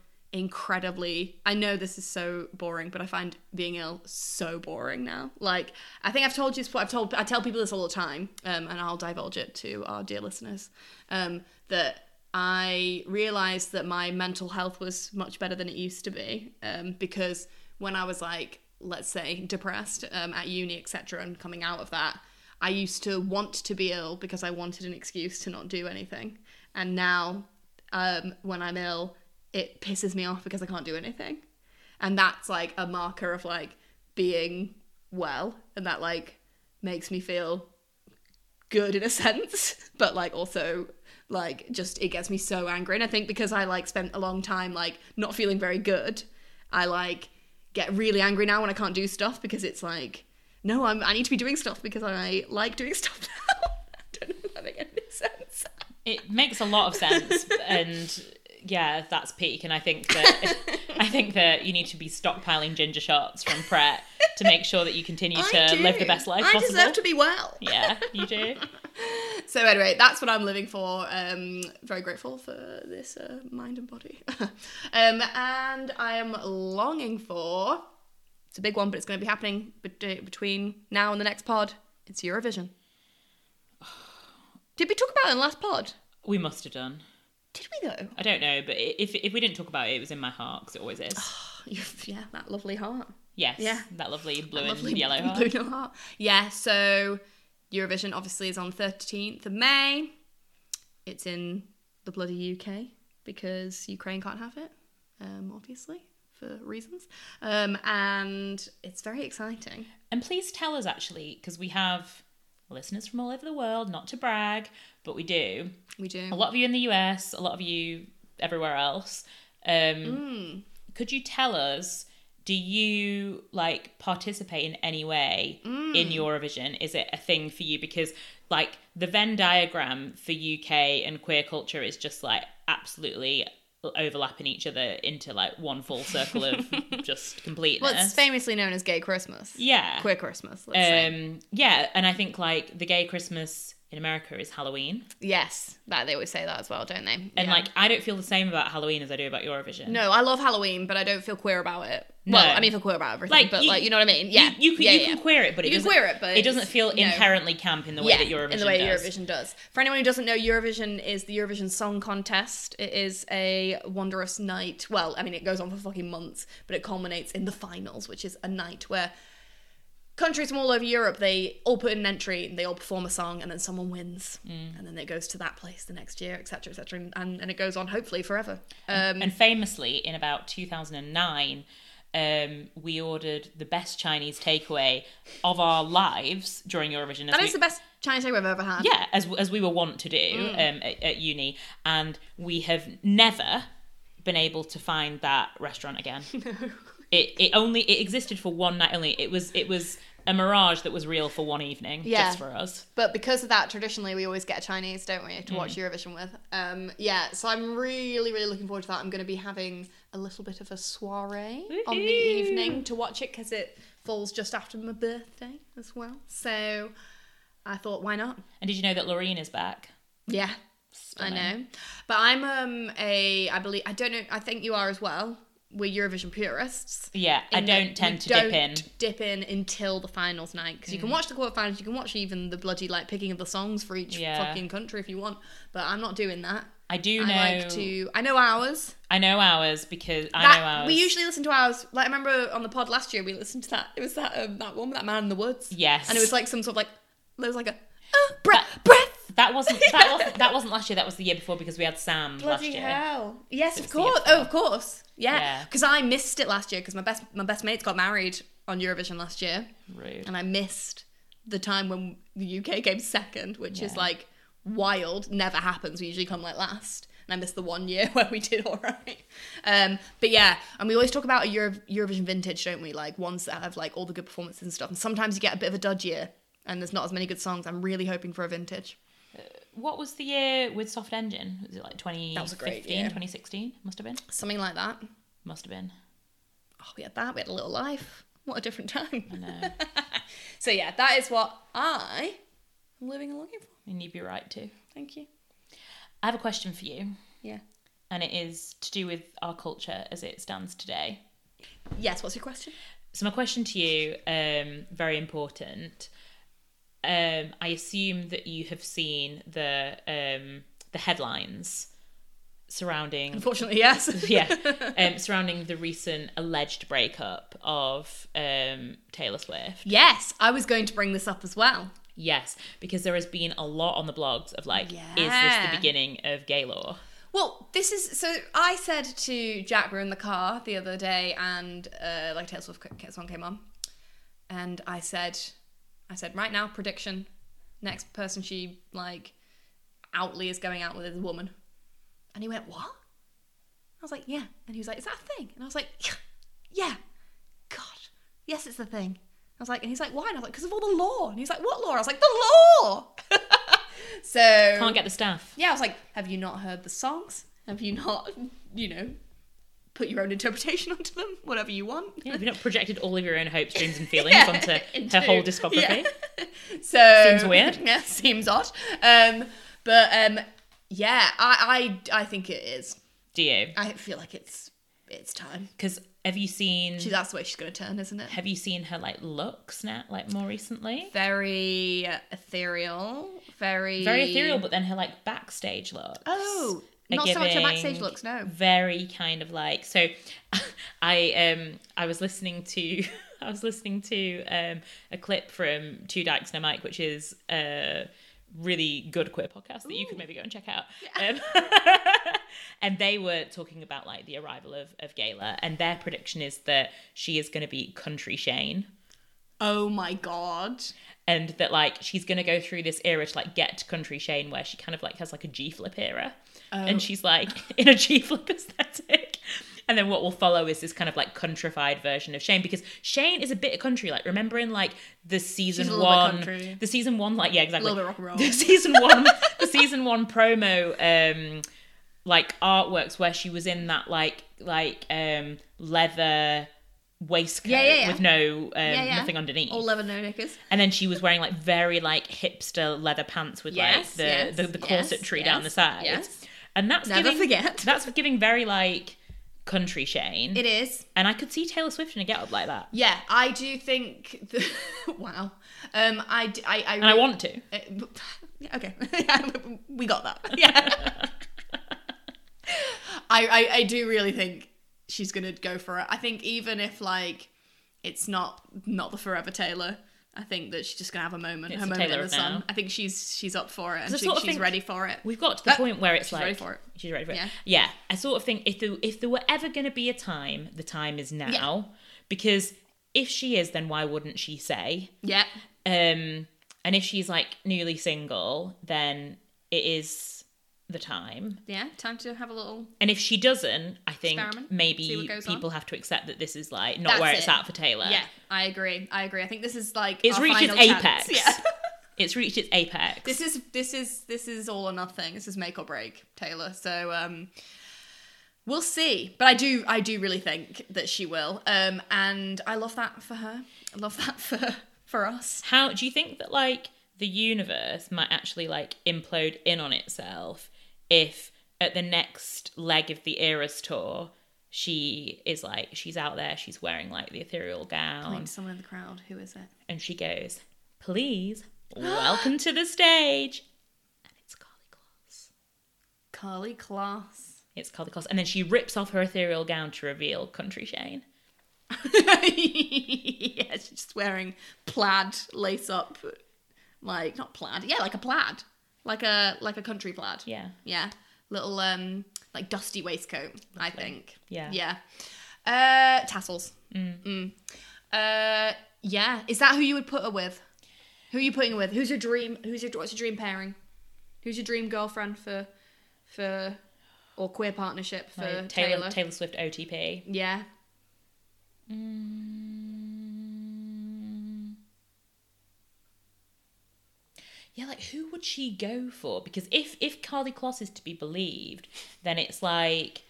[SPEAKER 1] incredibly I know this is so boring but I find being ill so boring now like I think I've told you this I've told I tell people this all the time um, and I'll divulge it to our dear listeners um, that I realized that my mental health was much better than it used to be um, because when I was like let's say depressed um, at uni etc and coming out of that I used to want to be ill because I wanted an excuse to not do anything. And now, um, when I'm ill, it pisses me off because I can't do anything. And that's like a marker of like being well. And that like makes me feel good in a <laughs> sense, but like also like just it gets me so angry. And I think because I like spent a long time like not feeling very good, I like get really angry now when I can't do stuff because it's like no, I'm I need to be doing stuff because I like doing <laughs> stuff now. I don't know if that makes any sense.
[SPEAKER 2] It makes a lot of sense, and yeah, that's peak. And I think that <laughs> I think that you need to be stockpiling ginger shots from Pret to make sure that you continue
[SPEAKER 1] I
[SPEAKER 2] to
[SPEAKER 1] do.
[SPEAKER 2] live the best life
[SPEAKER 1] I
[SPEAKER 2] possible.
[SPEAKER 1] deserve to be well.
[SPEAKER 2] yeah, you do.
[SPEAKER 1] So anyway, that's what I'm living for. Um, very grateful for this uh, mind and body. <laughs> um, and I am longing for. It's a big one, but it's going to be happening bet- uh, between now and the next pod. It's Eurovision. <sighs> Did we talk about it in the last pod?
[SPEAKER 2] We must have done.
[SPEAKER 1] Did we though? <laughs>
[SPEAKER 2] I don't know, but i- if if we didn't talk about it, it was in my heart because it
[SPEAKER 1] <sighs>
[SPEAKER 2] always is.
[SPEAKER 1] yeah, that lovely heart.
[SPEAKER 2] Yes,
[SPEAKER 1] Yeah.
[SPEAKER 2] that lovely blue
[SPEAKER 1] That
[SPEAKER 2] and
[SPEAKER 1] lovely
[SPEAKER 2] yellow heart.
[SPEAKER 1] blue and heart. Yeah, so Eurovision obviously is on 13th of May. It's in the bloody UK because Ukraine can't have it, um, obviously, for reasons. Um, and it's very exciting.
[SPEAKER 2] And please tell us actually, because we have listeners from all over the world. Not to brag, but we do.
[SPEAKER 1] We do.
[SPEAKER 2] A lot of you in the US, a lot of you everywhere else. Um,
[SPEAKER 1] Mm.
[SPEAKER 2] Could you tell us? Do you like participate in any way
[SPEAKER 1] Mm.
[SPEAKER 2] in Eurovision? Is it a thing for you? Because like the Venn diagram for UK and queer culture is just like absolutely overlapping each other into like one full circle
[SPEAKER 1] <laughs>
[SPEAKER 2] of just completeness.
[SPEAKER 1] Well, it's famously known as Gay Christmas.
[SPEAKER 2] yeah.
[SPEAKER 1] Queer Christmas, let's say.
[SPEAKER 2] Um, yeah, and I think like the gay Christmas in America is Halloween,
[SPEAKER 1] Yes, that they always say that as well, don't they?
[SPEAKER 2] and
[SPEAKER 1] Yeah.
[SPEAKER 2] like I don't feel the same about Halloween as I do about Eurovision.
[SPEAKER 1] no, I love Halloween, but I don't feel queer about it.
[SPEAKER 2] No.
[SPEAKER 1] Well, I mean, I feel queer about everything,
[SPEAKER 2] Like,
[SPEAKER 1] but
[SPEAKER 2] you-
[SPEAKER 1] like, you know what I mean? Yeah,
[SPEAKER 2] you, you can
[SPEAKER 1] yeah,
[SPEAKER 2] you
[SPEAKER 1] yeah.
[SPEAKER 2] can queer it, but it
[SPEAKER 1] You can
[SPEAKER 2] doesn't,
[SPEAKER 1] queer it, but
[SPEAKER 2] it doesn't
[SPEAKER 1] it's-
[SPEAKER 2] feel
[SPEAKER 1] no.
[SPEAKER 2] inherently camp in the way that Eurovision
[SPEAKER 1] in the way
[SPEAKER 2] does.
[SPEAKER 1] Eurovision does. For anyone who doesn't know, Eurovision is the Eurovision Song Contest. It is a wondrous night. Well, I mean, it goes on for fucking months, but it culminates in the finals, which is a night where countries from all over Europe they all put in an entry, and they all perform a song, and then someone wins,
[SPEAKER 2] Mm.
[SPEAKER 1] and then it goes to that place the next year, etc., etc., and, and it goes on hopefully forever. Um,
[SPEAKER 2] And famously, in about 2009, um, we ordered the best Chinese takeaway of our lives during Eurovision. As
[SPEAKER 1] and
[SPEAKER 2] we,
[SPEAKER 1] it's the best Chinese takeaway I've ever had.
[SPEAKER 2] yeah, as as we were wont to do
[SPEAKER 1] Mm.
[SPEAKER 2] um, at, at uni, and we have never been able to find that
[SPEAKER 1] <laughs>
[SPEAKER 2] restaurant again. It it only it existed for one night only. It was it was a mirage that was real for one evening
[SPEAKER 1] Yeah.
[SPEAKER 2] just for us.
[SPEAKER 1] But because of that, traditionally we always get a Chinese, don't we, to
[SPEAKER 2] Mm.
[SPEAKER 1] watch Eurovision with? Um, yeah, so I'm really, really looking forward to that. I'm going to be having a little bit of a soiree on the
[SPEAKER 2] Woohoo!
[SPEAKER 1] evening to watch it because it falls just after my birthday as well. So I thought, why not?
[SPEAKER 2] And did you know that Loreen is back?
[SPEAKER 1] Yeah,
[SPEAKER 2] Stunning.
[SPEAKER 1] I know. But I'm um a I believe I don't know. I think you are as well. We're Eurovision purists.
[SPEAKER 2] Yeah, I
[SPEAKER 1] in that
[SPEAKER 2] don't tend to
[SPEAKER 1] you
[SPEAKER 2] dip in. Hmm.
[SPEAKER 1] don't Dip in until the finals night because you can watch the quarterfinals, you can watch even the bloody like picking of the songs for each
[SPEAKER 2] Yeah.
[SPEAKER 1] fucking country if you want. But I'm not doing that.
[SPEAKER 2] I do know.
[SPEAKER 1] I
[SPEAKER 2] I,
[SPEAKER 1] like to. I know ours.
[SPEAKER 2] know ours because I
[SPEAKER 1] That-
[SPEAKER 2] know ours.
[SPEAKER 1] We usually listen to ours. Like I remember on the pod last year, we listened to that. It was that um, that one, that man in the woods.
[SPEAKER 2] Yes.
[SPEAKER 1] And it was like some sort of like there was like a "Ah, breath, breath.
[SPEAKER 2] that
[SPEAKER 1] <laughs>
[SPEAKER 2] wasn't that wasn't that wasn't last year. That was the year before because we had Sam last
[SPEAKER 1] Bloody
[SPEAKER 2] year.
[SPEAKER 1] hell! Yes, of
[SPEAKER 2] It's the year
[SPEAKER 1] course. Oh, of course. Yeah,
[SPEAKER 2] Yeah.
[SPEAKER 1] because I missed it last year because my best my best mates got married on Eurovision last year,
[SPEAKER 2] Rude.
[SPEAKER 1] and I missed the time when the UK came second, which is
[SPEAKER 2] Yeah.
[SPEAKER 1] like wild. Never happens. We usually come like last, and I missed the one year <laughs> where we did all right. Um, but yeah, and we always talk about a Euro- Eurovision vintage, don't we? Like ones that have like all the good performances and stuff. And sometimes you get a bit of a dud year, and there's not as many good songs. I'm really hoping for a vintage.
[SPEAKER 2] What was the year with Soft Engine? Was it like 2015,
[SPEAKER 1] was a great year.
[SPEAKER 2] 2016? Must have been.
[SPEAKER 1] Something like that.
[SPEAKER 2] Must have been.
[SPEAKER 1] oh, we had that, we had a little life. What a different time.
[SPEAKER 2] No,
[SPEAKER 1] <laughs> So yeah, that is what I am living and looking for.
[SPEAKER 2] and you'd be right too.
[SPEAKER 1] Thank you.
[SPEAKER 2] I have a question for you,
[SPEAKER 1] Yeah.
[SPEAKER 2] and it is to do with our culture as it stands today.
[SPEAKER 1] Yes, what's your question?
[SPEAKER 2] So my question to you, um, very important. Um, I assume that you have seen the um, the headlines
[SPEAKER 1] <laughs>
[SPEAKER 2] surrounding
[SPEAKER 1] Unfortunately, yes.
[SPEAKER 2] yeah um, surrounding the recent alleged breakup of um, Taylor Swift.
[SPEAKER 1] yes, I was going to bring this up as well.
[SPEAKER 2] Yes, because there has been a lot on the blogs of like, is this
[SPEAKER 1] Yeah.
[SPEAKER 2] the beginning of gay law?
[SPEAKER 1] Well, this is so. I said to Jack, we we're in the car the other day, and uh, like Taylor Swift c- song came on, and I said, I said, right now prediction, next person she like outly is going out with is a woman, and he went what? I was like, yeah, and he was like, is that a thing? And I was like, yeah, God, yes, it's the thing. I was like, and he's like, why? And I was like, because of all the law. And he's like, what law? I was like, the law. <laughs> so
[SPEAKER 2] Can't get the staff.
[SPEAKER 1] yeah, I was like, have you not heard the songs? Have you not, you know, put your own interpretation onto them? Whatever you want. <laughs>
[SPEAKER 2] Yeah, have you not projected all of your own hopes, dreams, and feelings
[SPEAKER 1] Yeah,
[SPEAKER 2] onto
[SPEAKER 1] <laughs> into-
[SPEAKER 2] her whole discography?
[SPEAKER 1] yeah. <laughs> so
[SPEAKER 2] Seems weird.
[SPEAKER 1] <laughs> Yeah, seems odd. Um, but um, yeah, I, I I think it is.
[SPEAKER 2] Do you?
[SPEAKER 1] I feel like it's it's time.
[SPEAKER 2] Because have you seen
[SPEAKER 1] She, that's the way she's gonna turn, isn't it?
[SPEAKER 2] have you seen her like looks now, like more recently?
[SPEAKER 1] Very ethereal. Very
[SPEAKER 2] Very ethereal, but then her like backstage looks.
[SPEAKER 1] Oh,
[SPEAKER 2] are
[SPEAKER 1] not so much her backstage
[SPEAKER 2] giving
[SPEAKER 1] looks. No.
[SPEAKER 2] very kind of like so <laughs> i um i was listening to <laughs> i was listening to um a clip from two dykes and a mike which is a really good queer podcast that you could maybe go and check out um, <laughs> and they were talking about like the arrival of, of gayla and their prediction is that she is going to be country shane
[SPEAKER 1] Oh my god.
[SPEAKER 2] and that like she's gonna go through this era to like get to country Shane where she kind of like has like a G flip era,
[SPEAKER 1] Oh.
[SPEAKER 2] and she's like <laughs> in a G flip aesthetic. And then what will follow is this kind of like countrified version of Shane because Shane is a bit of country. Like remembering like the season
[SPEAKER 1] a little bit country.
[SPEAKER 2] one, the season one, like yeah, exactly,
[SPEAKER 1] little bit rock and roll.
[SPEAKER 2] <laughs> The season one, the season one promo, um, like artworks where she was in that like like um leather waistcoat
[SPEAKER 1] Yeah, yeah, yeah.
[SPEAKER 2] with no um,
[SPEAKER 1] yeah.
[SPEAKER 2] nothing underneath.
[SPEAKER 1] All leather no knickers.
[SPEAKER 2] And then she was wearing like very like hipster leather pants with
[SPEAKER 1] Yes,
[SPEAKER 2] like the,
[SPEAKER 1] yes,
[SPEAKER 2] the, the
[SPEAKER 1] yes,
[SPEAKER 2] corset tree
[SPEAKER 1] yes,
[SPEAKER 2] down the side.
[SPEAKER 1] yes.
[SPEAKER 2] And that's
[SPEAKER 1] Never
[SPEAKER 2] giving,
[SPEAKER 1] forget.
[SPEAKER 2] <laughs> That's giving very like country Shane.
[SPEAKER 1] It is.
[SPEAKER 2] and I could see Taylor Swift in a get up like that.
[SPEAKER 1] Yeah, I do think. The, <laughs> wow. Um, I d- I I,
[SPEAKER 2] And I want to.
[SPEAKER 1] uh, <laughs> yeah, okay, <laughs> Yeah, we got that. <laughs> Yeah. I, I I do really think she's gonna go for it. I think even if like it's not not the forever Taylor. I think that she's just gonna have a moment,
[SPEAKER 2] It's
[SPEAKER 1] her
[SPEAKER 2] the
[SPEAKER 1] moment
[SPEAKER 2] Taylor
[SPEAKER 1] in the
[SPEAKER 2] of
[SPEAKER 1] sun.
[SPEAKER 2] now.
[SPEAKER 1] I think she's she's up for it and
[SPEAKER 2] I
[SPEAKER 1] she,
[SPEAKER 2] sort
[SPEAKER 1] she's
[SPEAKER 2] of think-
[SPEAKER 1] ready for it.
[SPEAKER 2] We've got to the
[SPEAKER 1] That-
[SPEAKER 2] point where it's
[SPEAKER 1] Oh, she's
[SPEAKER 2] like
[SPEAKER 1] ready for it.
[SPEAKER 2] she's ready for it.
[SPEAKER 1] Yeah.
[SPEAKER 2] yeah. I sort of think if there if there were ever going to be a time, the time is now. Because if she is, then why wouldn't she say?
[SPEAKER 1] Yeah,
[SPEAKER 2] Um, and if she's like newly single, then it is the time.
[SPEAKER 1] yeah. Time to have a little.
[SPEAKER 2] And if she doesn't, I think
[SPEAKER 1] Experiment, see
[SPEAKER 2] maybe
[SPEAKER 1] what goes
[SPEAKER 2] people have to accept that this is like not
[SPEAKER 1] That's
[SPEAKER 2] where it's
[SPEAKER 1] it.
[SPEAKER 2] at for Taylor.
[SPEAKER 1] Yeah, I agree. I agree. I think this is like
[SPEAKER 2] It's
[SPEAKER 1] our
[SPEAKER 2] reached its
[SPEAKER 1] final chance.
[SPEAKER 2] apex.
[SPEAKER 1] Yeah. <laughs>
[SPEAKER 2] It's reached its apex.
[SPEAKER 1] this is this is this is all or nothing. This is make or break, Taylor. So um we'll see. But I do I do really think that she will. Um and I love that for her. I love that for for us.
[SPEAKER 2] How do you think that like the universe might actually like implode in on itself if at the next leg of the Eras tour she is like she's out there, she's wearing like the ethereal gown,
[SPEAKER 1] Find someone in the crowd. Who is it?
[SPEAKER 2] and she goes,
[SPEAKER 1] <gasps>
[SPEAKER 2] "Please, welcome to the stage," and it's Carly Claus.
[SPEAKER 1] Carly Class. <laughs>
[SPEAKER 2] It's Carly Claus, and then she rips off her ethereal gown to reveal Country Shane.
[SPEAKER 1] yeah, she's just wearing plaid lace up like not plaid. Yeah, like a plaid. Like a like a country plaid.
[SPEAKER 2] Yeah.
[SPEAKER 1] Yeah. Little um like dusty waistcoat, I think.
[SPEAKER 2] Yeah.
[SPEAKER 1] Yeah. Uh tassels. Mm. Uh yeah. Is that who you would put her with? Who are you putting her with? Who's your dream who's your what's your dream pairing? Who's your dream girlfriend for for or queer partnership for
[SPEAKER 2] Taylor,
[SPEAKER 1] Taylor?
[SPEAKER 2] Taylor Swift OTP.
[SPEAKER 1] Yeah.
[SPEAKER 2] Yeah, like who would she go for? Because if if Carly Kloss is to be believed, then it's like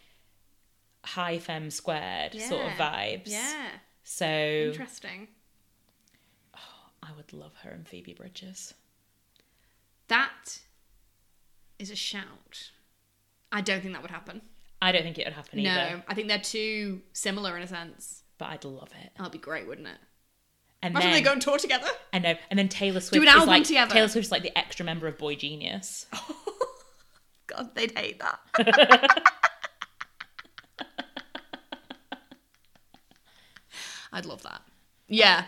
[SPEAKER 2] high femme squared sort of
[SPEAKER 1] Yeah.
[SPEAKER 2] vibes.
[SPEAKER 1] Yeah.
[SPEAKER 2] So
[SPEAKER 1] Interesting.
[SPEAKER 2] I would love her and Phoebe Bridges.
[SPEAKER 1] That is a shout. I don't think that would happen.
[SPEAKER 2] I don't think it would happen either,
[SPEAKER 1] No, I think they're too similar in a sense.
[SPEAKER 2] but I'd love it.
[SPEAKER 1] That'd be great, wouldn't it?
[SPEAKER 2] And
[SPEAKER 1] Imagine
[SPEAKER 2] then
[SPEAKER 1] they go on tour together. <laughs>
[SPEAKER 2] I know, and then Taylor Swift
[SPEAKER 1] an
[SPEAKER 2] is
[SPEAKER 1] album
[SPEAKER 2] like
[SPEAKER 1] together.
[SPEAKER 2] Taylor Swift's like the extra member of Boy Genius.
[SPEAKER 1] God, they'd hate that. <laughs> I'd love that. Yeah,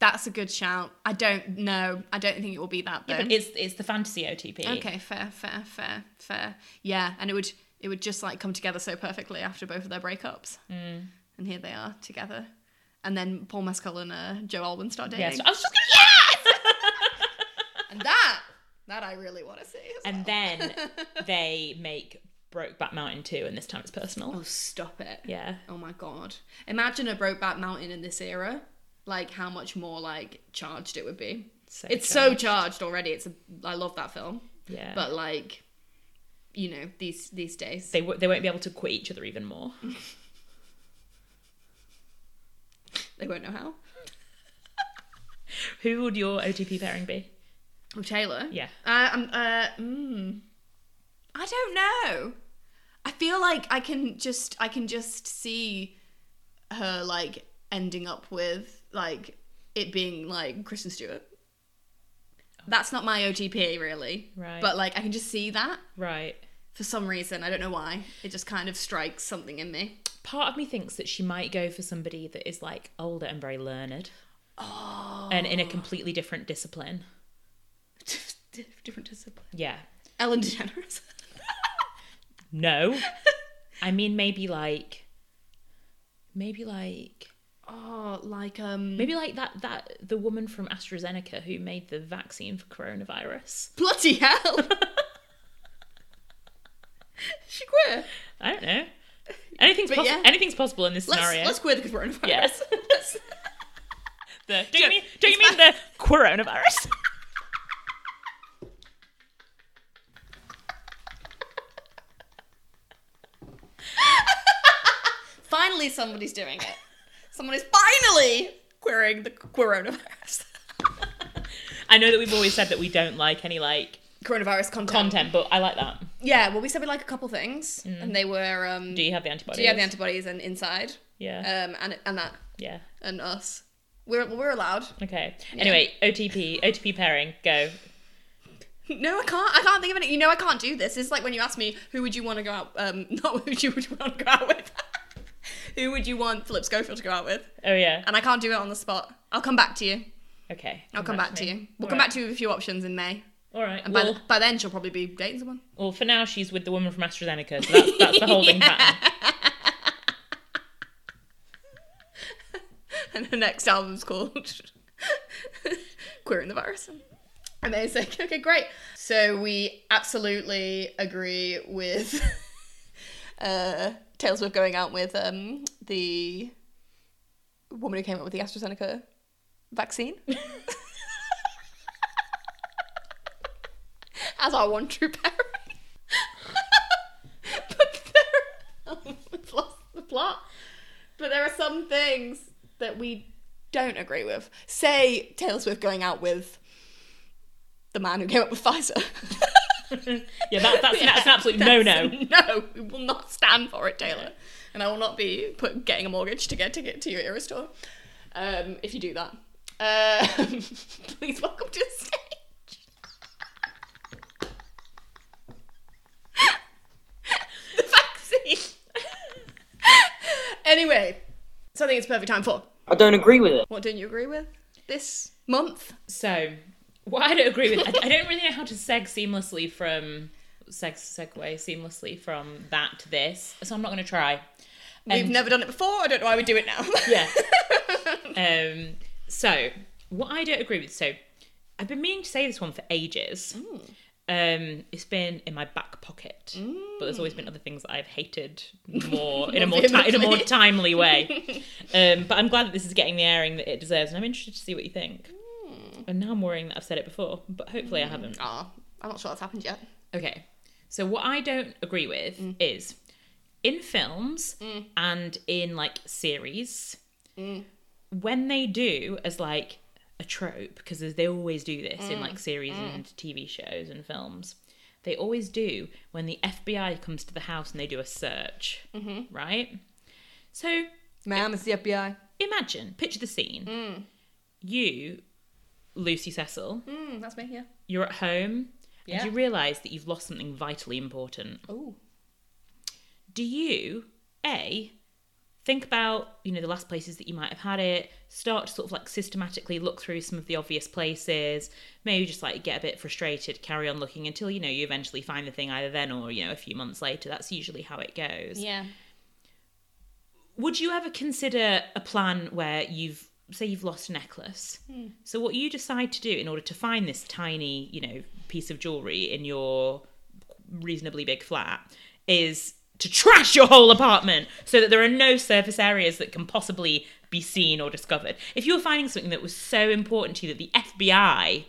[SPEAKER 1] That's a good shout. I don't know. I don't think it will be that though.
[SPEAKER 2] Yeah, but it's it's the fantasy OTP.
[SPEAKER 1] okay, fair, fair, fair, fair. Yeah, and it would it would just like come together so perfectly after both of their breakups. Mm. And here they are together. And then Paul Mescal and uh, Joe Alwyn start dating.
[SPEAKER 2] Yes. I was just gonna
[SPEAKER 1] And that that I really want to see. as
[SPEAKER 2] And
[SPEAKER 1] well. <laughs>
[SPEAKER 2] then they make Brokeback Mountain 2, and this time it's personal.
[SPEAKER 1] Oh, stop it.
[SPEAKER 2] Yeah.
[SPEAKER 1] Oh my god. Imagine a Brokeback Mountain in this era. Like how much more like charged it would be.
[SPEAKER 2] So
[SPEAKER 1] it's so charged already. It's a, I love that film.
[SPEAKER 2] Yeah.
[SPEAKER 1] But like you know, these these days.
[SPEAKER 2] they, w- they won't be able to quit each other even more.
[SPEAKER 1] Mm. They won't know how.
[SPEAKER 2] Who would your OTP
[SPEAKER 1] <laughs>
[SPEAKER 2] pairing be?
[SPEAKER 1] Oh Taylor.
[SPEAKER 2] Yeah.
[SPEAKER 1] Uh, I'm uh mm, I don't know. I feel like I can just I can just see her like ending up with like it being like Kristen Stewart. That's not my OTP really.
[SPEAKER 2] Oh. Right.
[SPEAKER 1] But like I can just see that
[SPEAKER 2] Right.
[SPEAKER 1] for some reason. I don't know why. It just kind of strikes something in me.
[SPEAKER 2] Part of me thinks that she might go for somebody that is like older and very learned
[SPEAKER 1] Oh.
[SPEAKER 2] and in a completely different discipline.
[SPEAKER 1] <laughs> Different discipline.
[SPEAKER 2] Yeah.
[SPEAKER 1] Ellen DeGeneres. <laughs>
[SPEAKER 2] No. I mean, maybe like. Maybe like.
[SPEAKER 1] oh, like um <laughs>
[SPEAKER 2] Maybe like that, that the woman from AstraZeneca who made the vaccine for coronavirus. <laughs>
[SPEAKER 1] bloody hell. <laughs> she queer.
[SPEAKER 2] I don't know. Anything's
[SPEAKER 1] But
[SPEAKER 2] possi-
[SPEAKER 1] yeah.
[SPEAKER 2] anything's possible in this
[SPEAKER 1] Let's
[SPEAKER 2] scenario.
[SPEAKER 1] let's queer the coronavirus. <laughs>
[SPEAKER 2] Yes.
[SPEAKER 1] Let's-
[SPEAKER 2] The- don't you mean, don't you
[SPEAKER 1] it's
[SPEAKER 2] mean the
[SPEAKER 1] <laughs>
[SPEAKER 2] coronavirus?
[SPEAKER 1] finally, somebody's doing it. Someone is finally queering the coronavirus.
[SPEAKER 2] I know that we've always said that we don't like any like
[SPEAKER 1] coronavirus content.
[SPEAKER 2] content, but I like that.
[SPEAKER 1] Yeah. Well, we said we like a couple things, and they were um.
[SPEAKER 2] Do you have the antibodies?
[SPEAKER 1] do you have the antibodies and inside?
[SPEAKER 2] Yeah.
[SPEAKER 1] Um, and and that
[SPEAKER 2] yeah.
[SPEAKER 1] and us. We're we're allowed. <laughs>
[SPEAKER 2] Okay. Anyway, OTP, OTP pairing, go.
[SPEAKER 1] No, I can't. I can't think of it. You know, I can't do this. It's like when you ask me who would you want to go out. Um, <laughs> not who you would want to go out with. <laughs> who would you want Philip Schofield to go out with?
[SPEAKER 2] Oh yeah.
[SPEAKER 1] And I can't do it on the spot. I'll come back to you.
[SPEAKER 2] Okay.
[SPEAKER 1] I'll come back, to, you. We'll come back to you with a few options in May.
[SPEAKER 2] All right.
[SPEAKER 1] And by,
[SPEAKER 2] Well,
[SPEAKER 1] th- by then, she'll probably be dating someone.
[SPEAKER 2] well, for now she's with the woman from AstraZeneca, so that's, that's the holding pattern.
[SPEAKER 1] <laughs> And her next album's called <laughs> Queering the Virus. Amazing. <laughs> Okay, great. So we absolutely agree with <laughs> uh, Taylor Swift going out with um, the woman who came up with the AstraZeneca vaccine. <laughs> As our one true <laughs> pairing. <laughs> but <laughs> there, I've lost the plot. But there are some things that we don't agree with. Say Taylor Swift going out with the man who came up with Pfizer.
[SPEAKER 2] <laughs> yeah, that, that's, an- that's
[SPEAKER 1] <laughs>
[SPEAKER 2] an absolute no no.
[SPEAKER 1] No, we will not stand for it, Taylor. And I will not be put, getting a mortgage to get ticket to your era store um, if you do that. Um, <laughs> please welcome to the stage. <laughs> the vaccine. anyway, so I think it's perfect time for.
[SPEAKER 3] I don't agree with it.
[SPEAKER 1] What don't you agree with this month?
[SPEAKER 2] So, what I don't agree with, I, I don't really know how to seg seamlessly from seg segue seamlessly from that to this. So I'm not going to try.
[SPEAKER 1] We've
[SPEAKER 2] And-
[SPEAKER 1] never done it before. I don't know why we do it now.
[SPEAKER 2] Yeah. <laughs> um. So what I don't agree with. So I've been meaning to say this one for ages. Um, it's been in my back pocket, but there's always been other things that I've hated more in a more ti- in a more
[SPEAKER 1] vehemently.
[SPEAKER 2] timely way. um, but I'm glad that this is getting the airing that it deserves, and I'm interested to see what you think. And now I'm worrying that I've said it before, but hopefully I haven't.
[SPEAKER 1] <laughs> Aw, I'm not sure that's happened yet.
[SPEAKER 2] Okay. So what I don't agree with
[SPEAKER 1] Mm.
[SPEAKER 2] is in films and in like series
[SPEAKER 1] Mm.
[SPEAKER 2] when they do as like a trope because they always do this
[SPEAKER 1] Mm.
[SPEAKER 2] in like series and TV shows and films. They always do when the FBI comes to the house and they do a search,
[SPEAKER 1] Mm-hmm.
[SPEAKER 2] right? So
[SPEAKER 1] Ma'am, it's the FBI.
[SPEAKER 2] imagine, picture the scene. You, Lucy Cecil,
[SPEAKER 1] Mm, that's me, yeah.
[SPEAKER 2] you're at home
[SPEAKER 1] Yeah.
[SPEAKER 2] and you realise that you've lost something vitally important.
[SPEAKER 1] Oh.
[SPEAKER 2] do you a think about you know the last places that you might have had it start to sort of like systematically look through some of the obvious places maybe just like get a bit frustrated carry on looking until you know you eventually find the thing either then or you know a few months later that's usually how it goes
[SPEAKER 1] Yeah.
[SPEAKER 2] would you ever consider a plan where you've say you've lost a necklace so what you decide to do in order to find this tiny you know piece of jewelry in your reasonably big flat is to trash your whole apartment so that there are no surface areas that can possibly be seen or discovered if you were finding something that was so important to you that the fbi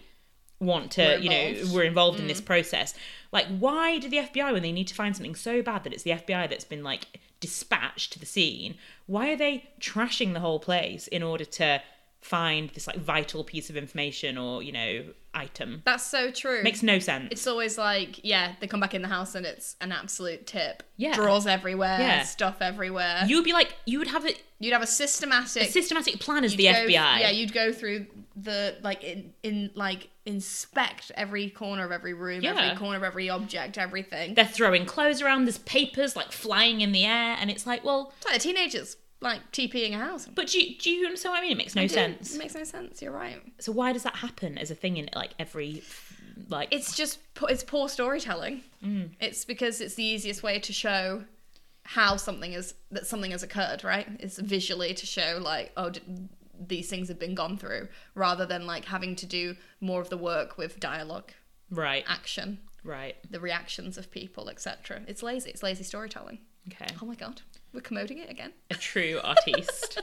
[SPEAKER 2] want to
[SPEAKER 1] Were
[SPEAKER 2] you know
[SPEAKER 1] involved. Mm.
[SPEAKER 2] were involved in this process like why do the fbi when they need to find something so bad that it's the fbi that's been like dispatched to the scene why are they trashing the whole place in order to find this like vital piece of information or you know item
[SPEAKER 1] That's so true.
[SPEAKER 2] makes no sense
[SPEAKER 1] it's always like, yeah, they come back in the house and it's an absolute tip.
[SPEAKER 2] Yeah.
[SPEAKER 1] Drawers everywhere,
[SPEAKER 2] Yeah.
[SPEAKER 1] stuff everywhere.
[SPEAKER 2] you would be like you would have a,
[SPEAKER 1] You'd have a systematic
[SPEAKER 2] a systematic plan as the
[SPEAKER 1] you'd go-
[SPEAKER 2] fbi
[SPEAKER 1] Yeah, you'd go through the like in, in like inspect every corner of every room,
[SPEAKER 2] Yeah.
[SPEAKER 1] every corner of every object, everything.
[SPEAKER 2] they're throwing clothes around there's papers like flying in the air and it's like well
[SPEAKER 1] It's like the teenagers like TPing a house.
[SPEAKER 2] but do you, do you understand what i mean it makes no
[SPEAKER 1] It
[SPEAKER 2] sense
[SPEAKER 1] makes no sense. You're right.
[SPEAKER 2] so why does that happen as a thing in like every like
[SPEAKER 1] It's just po- it's poor storytelling.
[SPEAKER 2] Mm.
[SPEAKER 1] It's because it's the easiest way to show how something is that something has occurred. Right? It's visually to show like oh. D- these things have been gone through rather than like having to do more of the work with dialogue
[SPEAKER 2] right
[SPEAKER 1] action
[SPEAKER 2] right
[SPEAKER 1] the reactions of people, etc. It's lazy. It's lazy storytelling.
[SPEAKER 2] okay
[SPEAKER 1] Oh my god, we're promoting it again.
[SPEAKER 2] a true
[SPEAKER 1] <laughs>
[SPEAKER 2] artiste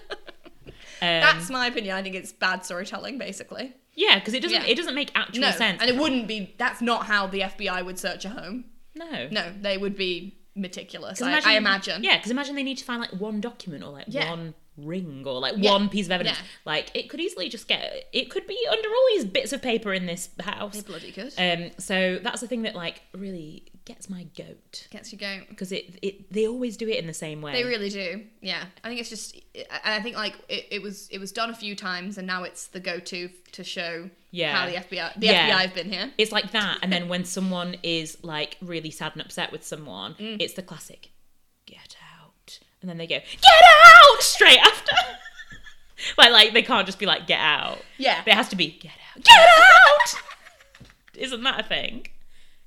[SPEAKER 2] Um,
[SPEAKER 1] That's my opinion. I think it's bad storytelling, basically.
[SPEAKER 2] Yeah, because it doesn't
[SPEAKER 1] Yeah.
[SPEAKER 2] it doesn't make actual
[SPEAKER 1] No,
[SPEAKER 2] sense.
[SPEAKER 1] and it wouldn't be. That's not how the FBI would search a home.
[SPEAKER 2] no,
[SPEAKER 1] No, they would be meticulous.
[SPEAKER 2] 'Cause
[SPEAKER 1] I, I imagine.
[SPEAKER 2] Yeah, because imagine they need to find like one document or like
[SPEAKER 1] Yeah.
[SPEAKER 2] one ring or like
[SPEAKER 1] Yeah.
[SPEAKER 2] one piece of evidence.
[SPEAKER 1] Yeah.
[SPEAKER 2] Like it could easily just get it could be under all these bits of paper in this
[SPEAKER 1] they
[SPEAKER 2] house.
[SPEAKER 1] bloody good.
[SPEAKER 2] Um, so that's the thing that like really gets my goat
[SPEAKER 1] Gets you going.
[SPEAKER 2] because it it they always do it in the same way.
[SPEAKER 1] They really do. Yeah, I think it's just. I I think like it, it was. It was done a few times, and now it's the go-to to show
[SPEAKER 2] Yeah.
[SPEAKER 1] how the FBI, the
[SPEAKER 2] Yeah.
[SPEAKER 1] FBI have been here.
[SPEAKER 2] It's like that,
[SPEAKER 1] <laughs>
[SPEAKER 2] and then when someone is like really sad and upset with someone,
[SPEAKER 1] Mm.
[SPEAKER 2] it's the classic "get out," and then they go "get out" straight after. <laughs> like, like they can't just be like "get out."
[SPEAKER 1] Yeah.
[SPEAKER 2] There has to be "get out, get out." <laughs> Isn't that a thing?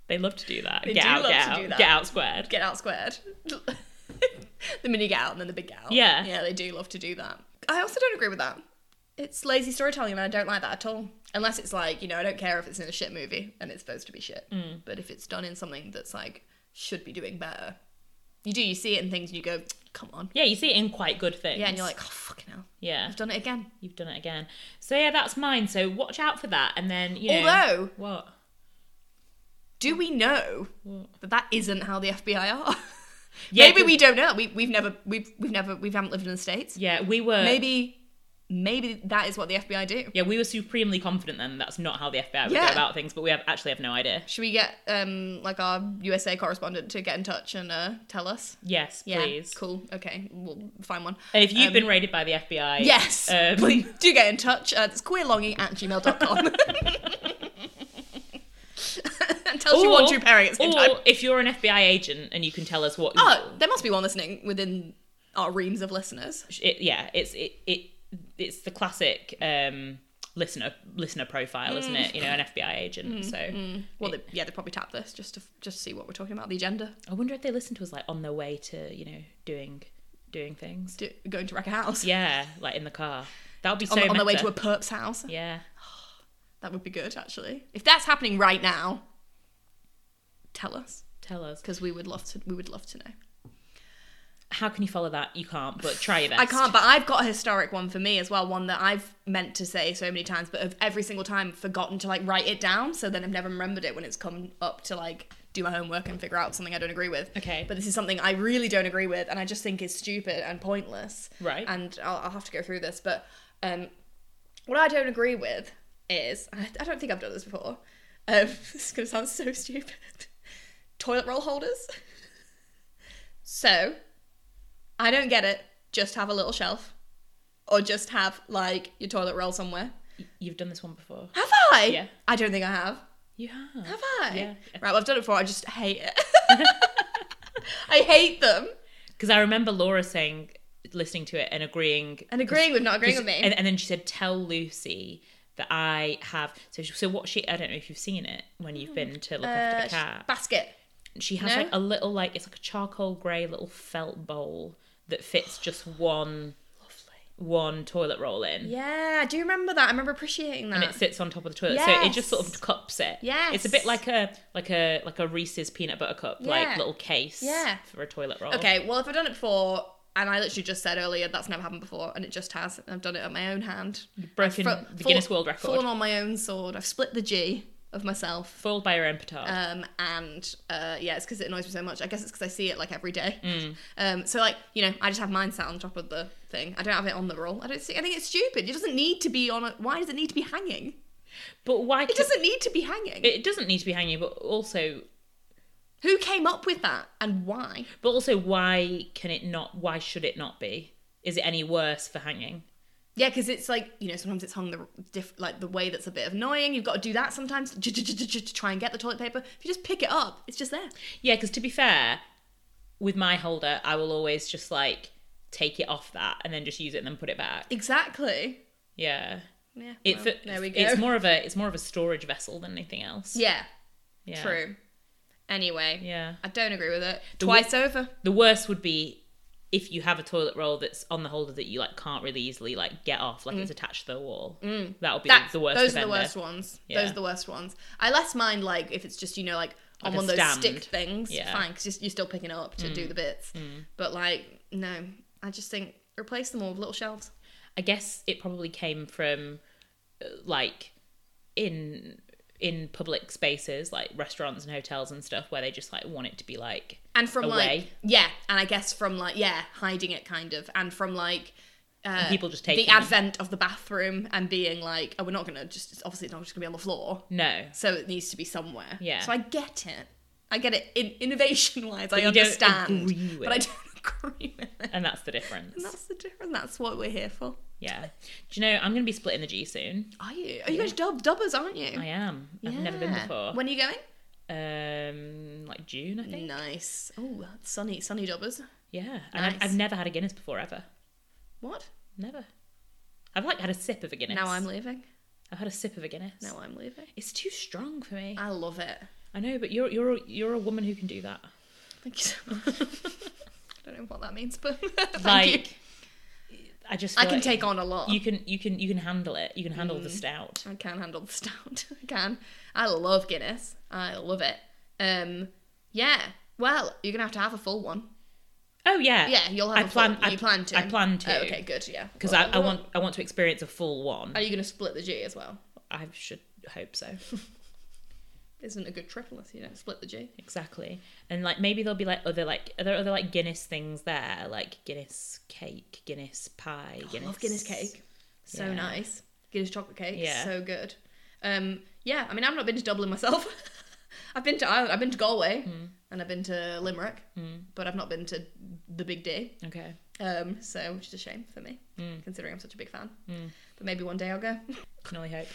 [SPEAKER 2] They love to do that. get
[SPEAKER 1] do
[SPEAKER 2] out,
[SPEAKER 1] love
[SPEAKER 2] get
[SPEAKER 1] to
[SPEAKER 2] out,
[SPEAKER 1] do that.
[SPEAKER 2] get out squared.
[SPEAKER 1] get out squared. <laughs> the mini get out and then the big get out.
[SPEAKER 2] Yeah.
[SPEAKER 1] Yeah, they do love to do that. I also don't agree with that. It's lazy storytelling and I don't like that at all. Unless it's like, you know, I don't care if it's in a shit movie and it's supposed to be shit.
[SPEAKER 2] Mm.
[SPEAKER 1] But if it's done in something that's like, should be doing better. You do, you see it in things and you go, come on.
[SPEAKER 2] yeah, you see it in quite good things.
[SPEAKER 1] Yeah, and you're like, oh, fucking hell.
[SPEAKER 2] yeah,
[SPEAKER 1] I've done it again.
[SPEAKER 2] you've done it again. So yeah, that's mine. So watch out for that, and then you know
[SPEAKER 1] Although,
[SPEAKER 2] what. Mm.
[SPEAKER 1] do we know
[SPEAKER 2] What?
[SPEAKER 1] that that isn't how the FBI are?
[SPEAKER 2] Mm.
[SPEAKER 1] <laughs>
[SPEAKER 2] Yeah,
[SPEAKER 1] Maybe
[SPEAKER 2] 'cause-
[SPEAKER 1] we don't know. We, we've never, we've, we've never, we haven't lived in the States.
[SPEAKER 2] Yeah, we were
[SPEAKER 1] maybe maybe that is what the FBI do.
[SPEAKER 2] Yeah, we were supremely confident then that's not how the FBI would go
[SPEAKER 1] Yeah.
[SPEAKER 2] about things, but we have actually have no idea.
[SPEAKER 1] Should we get um like our USA correspondent to get in touch and uh, tell us?
[SPEAKER 2] Yes,
[SPEAKER 1] Yeah,
[SPEAKER 2] please.
[SPEAKER 1] cool. Okay, we'll find one.
[SPEAKER 2] And if you've
[SPEAKER 1] Um,
[SPEAKER 2] been raided by the FBI,
[SPEAKER 1] Yes,
[SPEAKER 2] um,
[SPEAKER 1] <laughs> please do get in touch. Uh, it's queerlonging at <laughs> gmail.com. and tell us you want Drew Perry at the same
[SPEAKER 2] or
[SPEAKER 1] time.
[SPEAKER 2] if you're an FBI agent and you can tell us what,
[SPEAKER 1] Oh, there must be one listening within our reams of listeners.
[SPEAKER 2] it, yeah, it's it, it it's the classic um, listener listener profile, isn't it? You know, an FBI agent. so
[SPEAKER 1] Mm. Well, they, yeah, they probably tap this just to just see what we're talking about, the agenda,
[SPEAKER 2] I wonder if they listen to us like on their way to you know doing doing things.
[SPEAKER 1] do, going to wreck a house
[SPEAKER 2] Yeah, like in the car. That would be so
[SPEAKER 1] on, the- on the way
[SPEAKER 2] meta.
[SPEAKER 1] to a perp's house.
[SPEAKER 2] yeah.
[SPEAKER 1] That would be good, actually. If that's happening right now, tell us
[SPEAKER 2] Tell us.
[SPEAKER 1] because we would love to. We would love to know.
[SPEAKER 2] How can you follow that? You can't, but try your best.
[SPEAKER 1] I can't, but I've got a historic one for me as well. One that I've meant to say so many times, but have every single time forgotten to like write it down. So then I've never remembered it when it's come up to like do my homework and figure out something I don't agree with.
[SPEAKER 2] Okay.
[SPEAKER 1] But this is something I really don't agree with, and I just think is stupid and pointless.
[SPEAKER 2] Right.
[SPEAKER 1] And I'll, I'll have to go through this, but um, what I don't agree with is I, I don't think I've done this before. Um, <laughs> this is gonna sound so stupid. <laughs> Toilet roll holders. So, I don't get it. Just have a little shelf, or just have like your toilet roll somewhere.
[SPEAKER 2] You've done this one before.
[SPEAKER 1] Have I?
[SPEAKER 2] Yeah.
[SPEAKER 1] I don't think I have.
[SPEAKER 2] You have.
[SPEAKER 1] Have I?
[SPEAKER 2] Yeah.
[SPEAKER 1] Right. Well, I've done it before. I just hate it. <laughs> I hate them.
[SPEAKER 2] Because I remember Laura saying listening to it and agreeing
[SPEAKER 1] And agreeing with not agreeing with me.
[SPEAKER 2] And, and then she said, "Tell Lucy that I have." So, she, so what she? I don't know if you've seen it when you've been to look after
[SPEAKER 1] Uh,
[SPEAKER 2] the cat.
[SPEAKER 1] basket.
[SPEAKER 2] She has
[SPEAKER 1] no?
[SPEAKER 2] like a little, like it's like a charcoal grey little felt bowl that fits just one, one toilet roll in.
[SPEAKER 1] Yeah, do you remember that? I remember appreciating that.
[SPEAKER 2] And it sits on top of the toilet, so it just sort
[SPEAKER 1] Yes.
[SPEAKER 2] of cups it.
[SPEAKER 1] Yes.
[SPEAKER 2] it's a bit like a like a like a Reese's peanut butter cup,
[SPEAKER 1] Yeah.
[SPEAKER 2] like little case.
[SPEAKER 1] Yeah.
[SPEAKER 2] for a toilet roll.
[SPEAKER 1] Okay, well, if I've done it before, and I literally just said earlier that's never happened before, and it just has, and I've done it on my own hand.
[SPEAKER 2] broken
[SPEAKER 1] Fro-
[SPEAKER 2] the
[SPEAKER 1] fall-
[SPEAKER 2] Guinness World Record,
[SPEAKER 1] Fallen on my own sword. I've split the G of myself.
[SPEAKER 2] foiled by her own petard.
[SPEAKER 1] Um, and uh, yeah, it's because it annoys me so much. I guess it's because I see it like every day.
[SPEAKER 2] Mm.
[SPEAKER 1] Um, so like you know, I just have mine sat on top of the thing. I don't have it on the roll. I don't see. I think it's stupid. It doesn't need to be on. A, why does it need to be hanging?
[SPEAKER 2] but why?
[SPEAKER 1] It doesn't need to be hanging.
[SPEAKER 2] it doesn't need to be hanging, but also,
[SPEAKER 1] Who came up with that and why?
[SPEAKER 2] but also, why can it not? Why should it not be? Is it any worse for hanging?
[SPEAKER 1] Yeah, because it's like you know sometimes it's hung the diff- like the way that's a bit annoying. You've got to do that sometimes to try and get the toilet paper. If you just pick it up, it's just there.
[SPEAKER 2] Yeah, because to be fair, with my holder, I will always just like take it off that and then just use it and then put it back.
[SPEAKER 1] Exactly.
[SPEAKER 2] Yeah,
[SPEAKER 1] Yeah.
[SPEAKER 2] it.
[SPEAKER 1] well,
[SPEAKER 2] fit-
[SPEAKER 1] there we go.
[SPEAKER 2] It's more of a it's more of a storage vessel than anything else.
[SPEAKER 1] yeah,
[SPEAKER 2] Yeah.
[SPEAKER 1] True. Anyway,
[SPEAKER 2] Yeah.
[SPEAKER 1] I don't agree with it.
[SPEAKER 2] The
[SPEAKER 1] Twice over.
[SPEAKER 2] The worst would be if you have a toilet roll that's on the holder that you like can't really easily like get off, like it's attached to the wall. That would be
[SPEAKER 1] Mm. That's
[SPEAKER 2] the worst.
[SPEAKER 1] Those are the
[SPEAKER 2] offender.
[SPEAKER 1] worst ones.
[SPEAKER 2] Yeah.
[SPEAKER 1] Those are the worst ones. I less mind like if it's just you know like on
[SPEAKER 2] Like a
[SPEAKER 1] one of those stick
[SPEAKER 2] stand.
[SPEAKER 1] things.
[SPEAKER 2] Yeah.
[SPEAKER 1] Fine, because you're still picking it up to do the bits. But like no, I just think replace them all with little shelves.
[SPEAKER 2] I guess it probably came from uh, like in in public spaces like restaurants and hotels and stuff where they just like want it to be like
[SPEAKER 1] and from like
[SPEAKER 2] Away.
[SPEAKER 1] yeah and i guess from like yeah hiding it kind of and from like uh,
[SPEAKER 2] people just
[SPEAKER 1] the
[SPEAKER 2] taking it.
[SPEAKER 1] advent of the bathroom and being like oh we're not gonna just it's obviously it's not just gonna be on the floor <laughs>
[SPEAKER 2] no
[SPEAKER 1] so it needs to be somewhere
[SPEAKER 2] Yeah.
[SPEAKER 1] so i get it i get it in innovation wise i
[SPEAKER 2] you don't
[SPEAKER 1] understand
[SPEAKER 2] agree with
[SPEAKER 1] but i
[SPEAKER 2] it.
[SPEAKER 1] don't <laughs> agree with it
[SPEAKER 2] and that's the difference
[SPEAKER 1] and that's the difference that's what we're here for
[SPEAKER 2] yeah do you know i'm gonna be splitting the g soon
[SPEAKER 1] are you are you guys dub dubbers aren't you
[SPEAKER 2] i am i've never been
[SPEAKER 1] Yeah.
[SPEAKER 2] before
[SPEAKER 1] when are you going
[SPEAKER 2] um like june i think
[SPEAKER 1] nice oh that's sunny sunny dubbers
[SPEAKER 2] yeah and I've,
[SPEAKER 1] Nice.
[SPEAKER 2] I've never had a guinness before ever
[SPEAKER 1] what
[SPEAKER 2] never i've like had a sip of a guinness
[SPEAKER 1] now i'm leaving
[SPEAKER 2] i've had a sip of a guinness
[SPEAKER 1] now i'm leaving
[SPEAKER 2] it's too strong for me
[SPEAKER 1] i love it
[SPEAKER 2] i know but you're you're a- you're a woman who can do that <laughs>
[SPEAKER 1] Thank you so much. <laughs> I don't know what that means, but <laughs> thank you.
[SPEAKER 2] like i just
[SPEAKER 1] I
[SPEAKER 2] feel
[SPEAKER 1] can
[SPEAKER 2] like-
[SPEAKER 1] take Mm. on a lot.
[SPEAKER 2] you can you can you can handle it you can handle the stout
[SPEAKER 1] I can handle the stout. <laughs> I can. I love Guinness. I love it. Um, yeah. Well, you're gonna have to have a full one.
[SPEAKER 2] oh yeah
[SPEAKER 1] Yeah, you'll have.
[SPEAKER 2] I
[SPEAKER 1] a
[SPEAKER 2] plan-
[SPEAKER 1] Full, you
[SPEAKER 2] I-
[SPEAKER 1] plan to.
[SPEAKER 2] I plan to.
[SPEAKER 1] Oh, okay, good. Yeah.
[SPEAKER 2] because
[SPEAKER 1] Well,
[SPEAKER 2] I, I want i want to experience a full one
[SPEAKER 1] Are you gonna split the G as well?
[SPEAKER 2] i should
[SPEAKER 1] <laughs>
[SPEAKER 2] hope so
[SPEAKER 1] Isn't a good triple if you don't split the G.
[SPEAKER 2] exactly and like maybe there'll be like other like are there other like guinness things there like guinness cake guinness pie
[SPEAKER 1] I
[SPEAKER 2] guinness
[SPEAKER 1] love Guinness cake. So
[SPEAKER 2] Yeah.
[SPEAKER 1] nice. Guinness chocolate cake.
[SPEAKER 2] Yeah.
[SPEAKER 1] So good. Um, yeah, I mean, I've not been to Dublin myself. <laughs> I've been to Ireland, I've been to Galway,
[SPEAKER 2] Hmm.
[SPEAKER 1] and I've been to Limerick, but I've not been to the big D.
[SPEAKER 2] okay
[SPEAKER 1] Um, so, which is a shame for me,
[SPEAKER 2] Hmm.
[SPEAKER 1] considering I'm such a big fan. But maybe one day I'll go. <laughs>
[SPEAKER 2] can only hope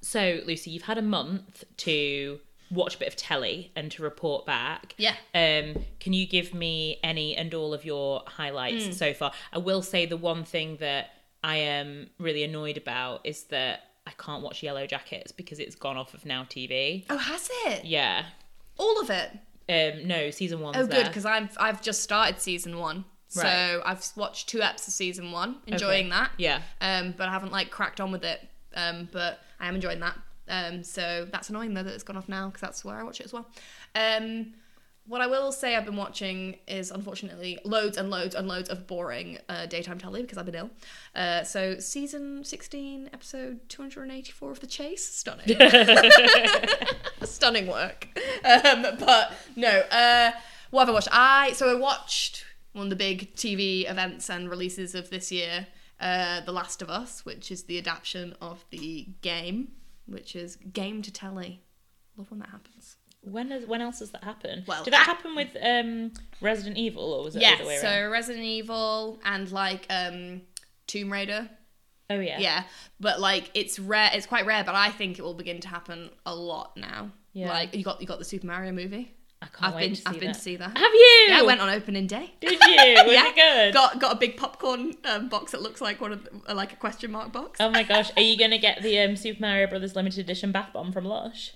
[SPEAKER 2] so lucy you've had a month to watch a bit of telly and to report back
[SPEAKER 1] Yeah.
[SPEAKER 2] um can you give me any and all of your
[SPEAKER 1] Mm.
[SPEAKER 2] highlights so far i will say the one thing that i am really annoyed about is that i can't watch yellow jackets because it's gone off of now tv
[SPEAKER 1] Oh, has it?
[SPEAKER 2] yeah
[SPEAKER 1] All of it.
[SPEAKER 2] um no season one's
[SPEAKER 1] Oh, good,
[SPEAKER 2] there.
[SPEAKER 1] because I've, I've just started season one. So
[SPEAKER 2] Right.
[SPEAKER 1] I've watched two eps of season one, enjoying
[SPEAKER 2] Okay.
[SPEAKER 1] that.
[SPEAKER 2] yeah
[SPEAKER 1] um, but I haven't like cracked on with it. Um, but I am enjoying that. Um, so that's annoying though that it's gone off now because that's where I watch it as well. Um, what I will say I've been watching is unfortunately loads and loads and loads of boring uh, daytime telly because I've been ill. Uh, so season 16, episode 284 of The Chase, stunning. stunning work. <laughs> Um, but no, uh, what have I watched? I so I watched one of the big TV events and releases of this year, uh, The Last of Us, which is the adaptation of the game, which is game to telly. Love when that happens.
[SPEAKER 2] when is when else has that happened
[SPEAKER 1] Well,
[SPEAKER 2] did that
[SPEAKER 1] I-
[SPEAKER 2] happen with um resident evil or was it the
[SPEAKER 1] Yeah,
[SPEAKER 2] other way around
[SPEAKER 1] so Resident Evil and like um, Tomb Raider.
[SPEAKER 2] oh yeah
[SPEAKER 1] Yeah, but like it's rare. It's quite rare, but I think it will begin to happen a lot now.
[SPEAKER 2] Yeah.
[SPEAKER 1] Like you got you got the Super Mario movie.
[SPEAKER 2] I can't
[SPEAKER 1] I've
[SPEAKER 2] wait
[SPEAKER 1] been
[SPEAKER 2] to see
[SPEAKER 1] I've been
[SPEAKER 2] that.
[SPEAKER 1] to see that.
[SPEAKER 2] <laughs> Have you?
[SPEAKER 1] Yeah, I went on opening day.
[SPEAKER 2] Did you? <laughs> Was
[SPEAKER 1] Yeah.
[SPEAKER 2] it good?
[SPEAKER 1] Got got a big popcorn um, box that looks like one of the, uh, like a question mark box.
[SPEAKER 2] Oh my gosh, are you gonna get the um, Super Mario Brothers limited edition bath bomb from Lush?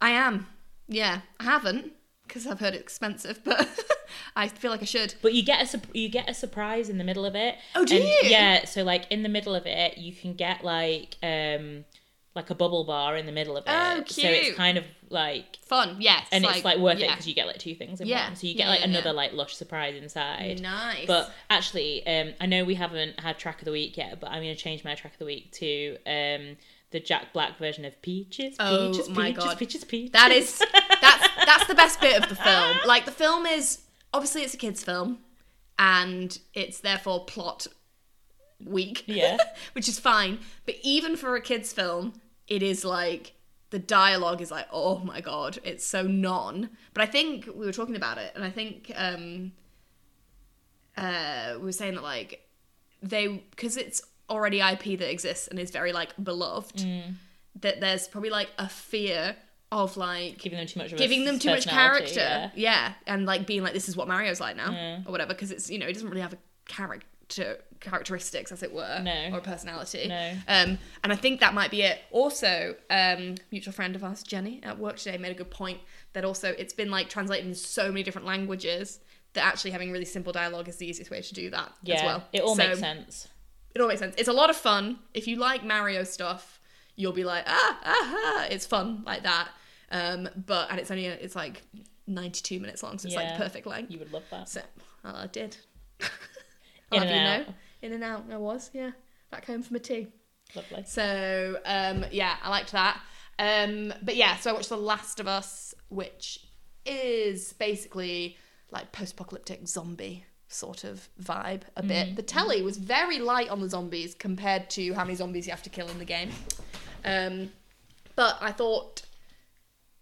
[SPEAKER 1] I am. Yeah, I haven't because I've heard it's expensive, but <laughs> I feel like I should.
[SPEAKER 2] But you get a sup- you get a surprise in the middle of it.
[SPEAKER 1] Oh, do
[SPEAKER 2] And-
[SPEAKER 1] you?
[SPEAKER 2] Yeah. So like in the middle of it, you can get like um like a bubble bar in the middle of it.
[SPEAKER 1] Oh,
[SPEAKER 2] So
[SPEAKER 1] cute.
[SPEAKER 2] it's kind of like.
[SPEAKER 1] Fun, yes.
[SPEAKER 2] And it's like worth it 'cause it
[SPEAKER 1] yeah.
[SPEAKER 2] because you get like two things in
[SPEAKER 1] Yeah.
[SPEAKER 2] one. So you
[SPEAKER 1] Yeah,
[SPEAKER 2] get like
[SPEAKER 1] yeah,
[SPEAKER 2] another
[SPEAKER 1] yeah.
[SPEAKER 2] like lush surprise inside.
[SPEAKER 1] Nice.
[SPEAKER 2] But actually, um, I know we haven't had track of the week yet, but I'm going to change my track of the week to um, the Jack Black version of Peaches, Peaches,
[SPEAKER 1] Oh
[SPEAKER 2] Peaches,
[SPEAKER 1] my
[SPEAKER 2] Peaches,
[SPEAKER 1] God.
[SPEAKER 2] Peaches, Peaches.
[SPEAKER 1] That is that's that's the best bit of the film. Like the film is obviously it's a kids film and it's therefore plot weak.
[SPEAKER 2] <laughs> Yeah.
[SPEAKER 1] <laughs> which is fine, but even for a kids film, it is like the dialogue is like oh my god, it's so non. But I think we were talking about it and I think um uh we were saying that like they because it's already IP that exists and is very like beloved that there's probably like a fear of like
[SPEAKER 2] giving them too much of a
[SPEAKER 1] giving them too much
[SPEAKER 2] personality,
[SPEAKER 1] character. Yeah.
[SPEAKER 2] yeah.
[SPEAKER 1] and like being like, this is what Mario's like now, or whatever, because it's you know he doesn't really have a character characteristics as it were,
[SPEAKER 2] No.
[SPEAKER 1] or a personality.
[SPEAKER 2] No.
[SPEAKER 1] Um, and I think that might be it. Also, um, mutual friend of ours, Jenny at work today, made a good point that also it's been like translated in so many different languages. That actually having really simple dialogue is the easiest way to do that
[SPEAKER 2] Yeah,
[SPEAKER 1] as well.
[SPEAKER 2] it all
[SPEAKER 1] So,
[SPEAKER 2] makes sense.
[SPEAKER 1] It all makes sense. It's a lot of fun. If you like Mario stuff, you'll be like, ah, ah, ah. It's fun like that. Um, but and it's only it's like ninety two minutes long, so it's like
[SPEAKER 2] Yeah.
[SPEAKER 1] the perfect length.
[SPEAKER 2] You would love that.
[SPEAKER 1] So well, I did. <laughs>
[SPEAKER 2] In
[SPEAKER 1] I'll have
[SPEAKER 2] and
[SPEAKER 1] you
[SPEAKER 2] out.
[SPEAKER 1] know, in and out. I was yeah, back home for my tea.
[SPEAKER 2] Lovely.
[SPEAKER 1] So um, yeah, I liked that. Um, but yeah, so I watched The Last of Us, which is basically like post-apocalyptic zombie sort of vibe a bit. The telly was very light on the zombies compared to how many zombies you have to kill in the game. Um, but I thought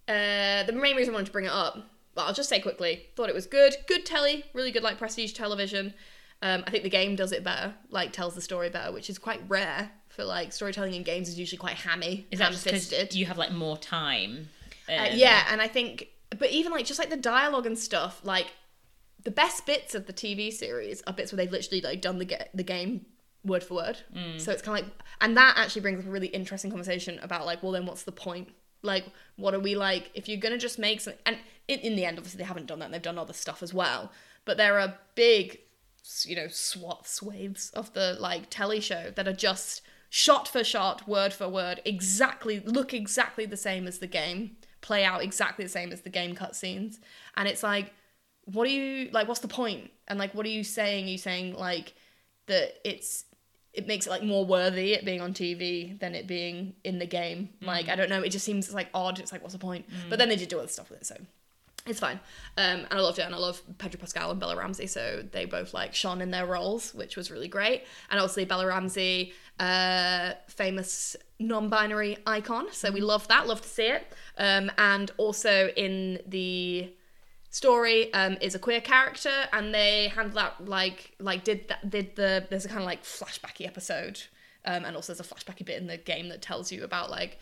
[SPEAKER 1] uh, the main reason I wanted to bring it up, well, I'll just say quickly, thought it was good. Good telly, really good, like prestige television. Um, I think the game does it better, like tells the story better, which is quite rare for like storytelling in games is usually quite hammy,
[SPEAKER 2] Is that just
[SPEAKER 1] ham-fisted.
[SPEAKER 2] because you have like more time?
[SPEAKER 1] Uh,
[SPEAKER 2] um,
[SPEAKER 1] yeah, and I think, but even like just like the dialogue and stuff, like the best bits of the TV series are bits where they've literally like done the ge- the game word for word. So it's kind of like, and that actually brings up a really interesting conversation about like, well, then what's the point? Like, what are we like if you're gonna just make some? And in, in the end, obviously, they haven't done that. and They've done other stuff as well, but there are big, s- you know, swath swathes of the like telly show that are just shot for shot, word for word, exactly look exactly the same as the game, play out exactly the same as the game cutscenes, and it's like what are you like what's the point and like what are you saying are you saying like that it's it makes it like more worthy it being on tv than it being in the game like i don't know it just seems like odd it's like what's the point but then they did do other stuff with it so it's fine um, and i loved it and i love pedro pascal and bella ramsey so they both like shone in their roles which was really great and obviously bella ramsey uh, famous non-binary icon so we love that love to see it um, and also in the story um, is a queer character, and they handle that like like did that did the there's a kind of like flashbacky episode, um, and also there's a flashbacky bit in the game that tells you about like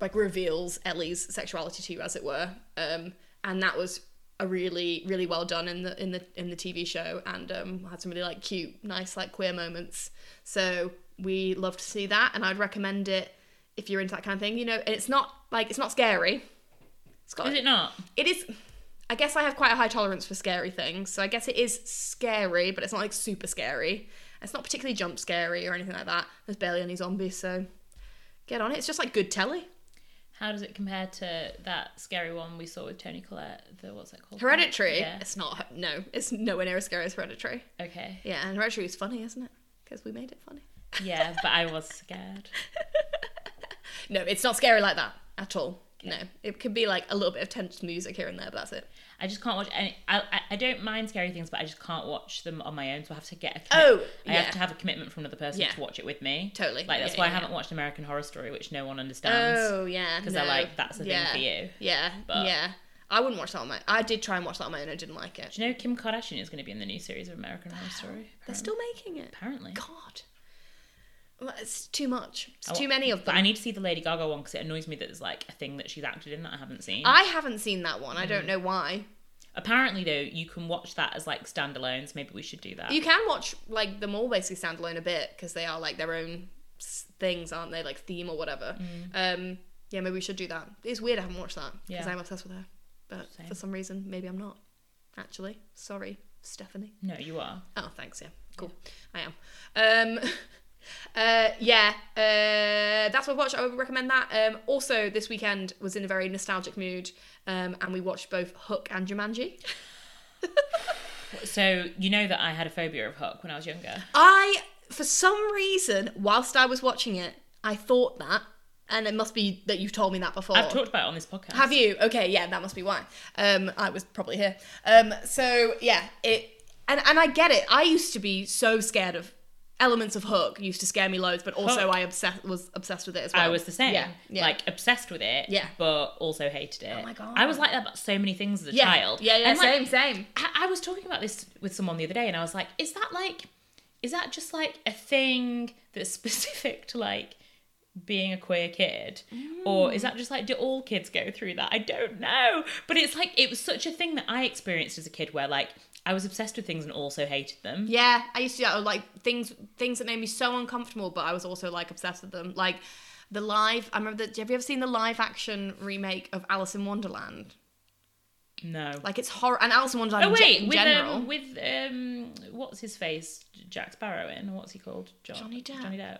[SPEAKER 1] like reveals Ellie's sexuality to you as it were, um, and that was a really really well done in the in the in the TV show, and um, had some really like cute nice like queer moments. So we love to see that, and I'd recommend it if you're into that kind of thing. You know, and it's not like it's not scary. It's got
[SPEAKER 2] Is it not?
[SPEAKER 1] it is i guess i have quite a high tolerance for scary things so i guess it is scary but it's not like super scary it's not particularly jump scary or anything like that there's barely any zombies so get on it it's just like good telly
[SPEAKER 2] How does it compare to that scary one we saw with Tony Collette? The what's that called?
[SPEAKER 1] hereditary
[SPEAKER 2] Yeah.
[SPEAKER 1] it's not no it's nowhere near as scary as hereditary
[SPEAKER 2] Okay.
[SPEAKER 1] yeah and hereditary is funny isn't it because we made it funny
[SPEAKER 2] Yeah, but I was scared.
[SPEAKER 1] no it's not scary like that at all no it could be like a little bit of tense music here and there but that's it
[SPEAKER 2] I just can't watch any. I, I, I don't mind scary things, but I just can't watch them on my own. So I have to get a. Commit,
[SPEAKER 1] Oh,
[SPEAKER 2] I
[SPEAKER 1] yeah.
[SPEAKER 2] have to have a commitment from another person
[SPEAKER 1] Yeah.
[SPEAKER 2] to watch it with me.
[SPEAKER 1] Totally.
[SPEAKER 2] Like that's
[SPEAKER 1] Yeah,
[SPEAKER 2] why
[SPEAKER 1] yeah,
[SPEAKER 2] I haven't watched American Horror Story, which no one understands.
[SPEAKER 1] Oh yeah,
[SPEAKER 2] 'Cause they're
[SPEAKER 1] no.
[SPEAKER 2] like, "That's the thing
[SPEAKER 1] Yeah.
[SPEAKER 2] for you."
[SPEAKER 1] Yeah,
[SPEAKER 2] But-
[SPEAKER 1] yeah. I wouldn't watch that on my. I did try and watch that on my own. I didn't like it.
[SPEAKER 2] Do you know Kim Kardashian is going to be in the new series of American Horror Story?
[SPEAKER 1] They're still making it.
[SPEAKER 2] Apparently.
[SPEAKER 1] God, Well, It's too much. It's
[SPEAKER 2] I
[SPEAKER 1] too
[SPEAKER 2] wa-
[SPEAKER 1] many of
[SPEAKER 2] But I
[SPEAKER 1] them.
[SPEAKER 2] need to see the Lady Gaga one because it annoys me that there's like a thing that she's acted in that I haven't seen.
[SPEAKER 1] I haven't seen that one. I don't
[SPEAKER 2] Mm.
[SPEAKER 1] know why.
[SPEAKER 2] Apparently, though, you can watch that as like standalones. Maybe we should do that.
[SPEAKER 1] You can watch like them all basically standalone a bit because they are like their own s- things, aren't they? Like theme or whatever. Um, yeah, maybe we should do that. It's weird I haven't watched that because
[SPEAKER 2] Mm. Yeah.
[SPEAKER 1] I'm obsessed with her, but
[SPEAKER 2] Same.
[SPEAKER 1] for some reason maybe I'm not. Actually, sorry, Stephanie.
[SPEAKER 2] No, you are.
[SPEAKER 1] Oh, thanks. Yeah, cool. I am. Um, <laughs> uh, yeah, uh, that's what I watched. I would recommend that. Um, also, this weekend was in a very nostalgic mood, um, and we watched both Hook and Jumanji. <laughs>
[SPEAKER 2] So you know that I had a phobia of Hook when I was younger.
[SPEAKER 1] I, for some reason, whilst I was watching it, I thought that, and it must be that you've told me that before.
[SPEAKER 2] I've talked about it on this podcast.
[SPEAKER 1] Have you? Okay, yeah, that must be why. Um, I was probably here. Um, so yeah, it and and I get it. I used to be so scared of elements of Hook. Used to scare me loads, but also
[SPEAKER 2] Hook.
[SPEAKER 1] I obsessed was obsessed with it as well.
[SPEAKER 2] I was the same.
[SPEAKER 1] Yeah, yeah.
[SPEAKER 2] Like obsessed with it.
[SPEAKER 1] Yeah.
[SPEAKER 2] But also hated it. Oh
[SPEAKER 1] my God.
[SPEAKER 2] I was like that about so many things as a
[SPEAKER 1] yeah,
[SPEAKER 2] child.
[SPEAKER 1] Yeah, yeah,
[SPEAKER 2] And, like,
[SPEAKER 1] same, same.
[SPEAKER 2] I, I was talking about this with someone the other day, and I was like, "Is that like, is that just like a thing that's <laughs> specific to like being a queer kid, or is that just like do all kids go through that? I don't know, but it's like it was such a thing that I experienced as a kid, where like I was obsessed with things and also hated them.
[SPEAKER 1] Yeah, I used to do that, or, like things things that made me so uncomfortable, but I was also like obsessed with them. Like the live. I remember that. Have you ever seen the live action remake of Alice in Wonderland?
[SPEAKER 2] No.
[SPEAKER 1] Like it's horror. And Alice in Wonderland.
[SPEAKER 2] Oh
[SPEAKER 1] in ge-
[SPEAKER 2] wait,
[SPEAKER 1] in
[SPEAKER 2] with
[SPEAKER 1] general.
[SPEAKER 2] um, with um, what's his face, Jack Sparrow in, what's he called, John,
[SPEAKER 1] Johnny Depp.
[SPEAKER 2] Johnny Depp.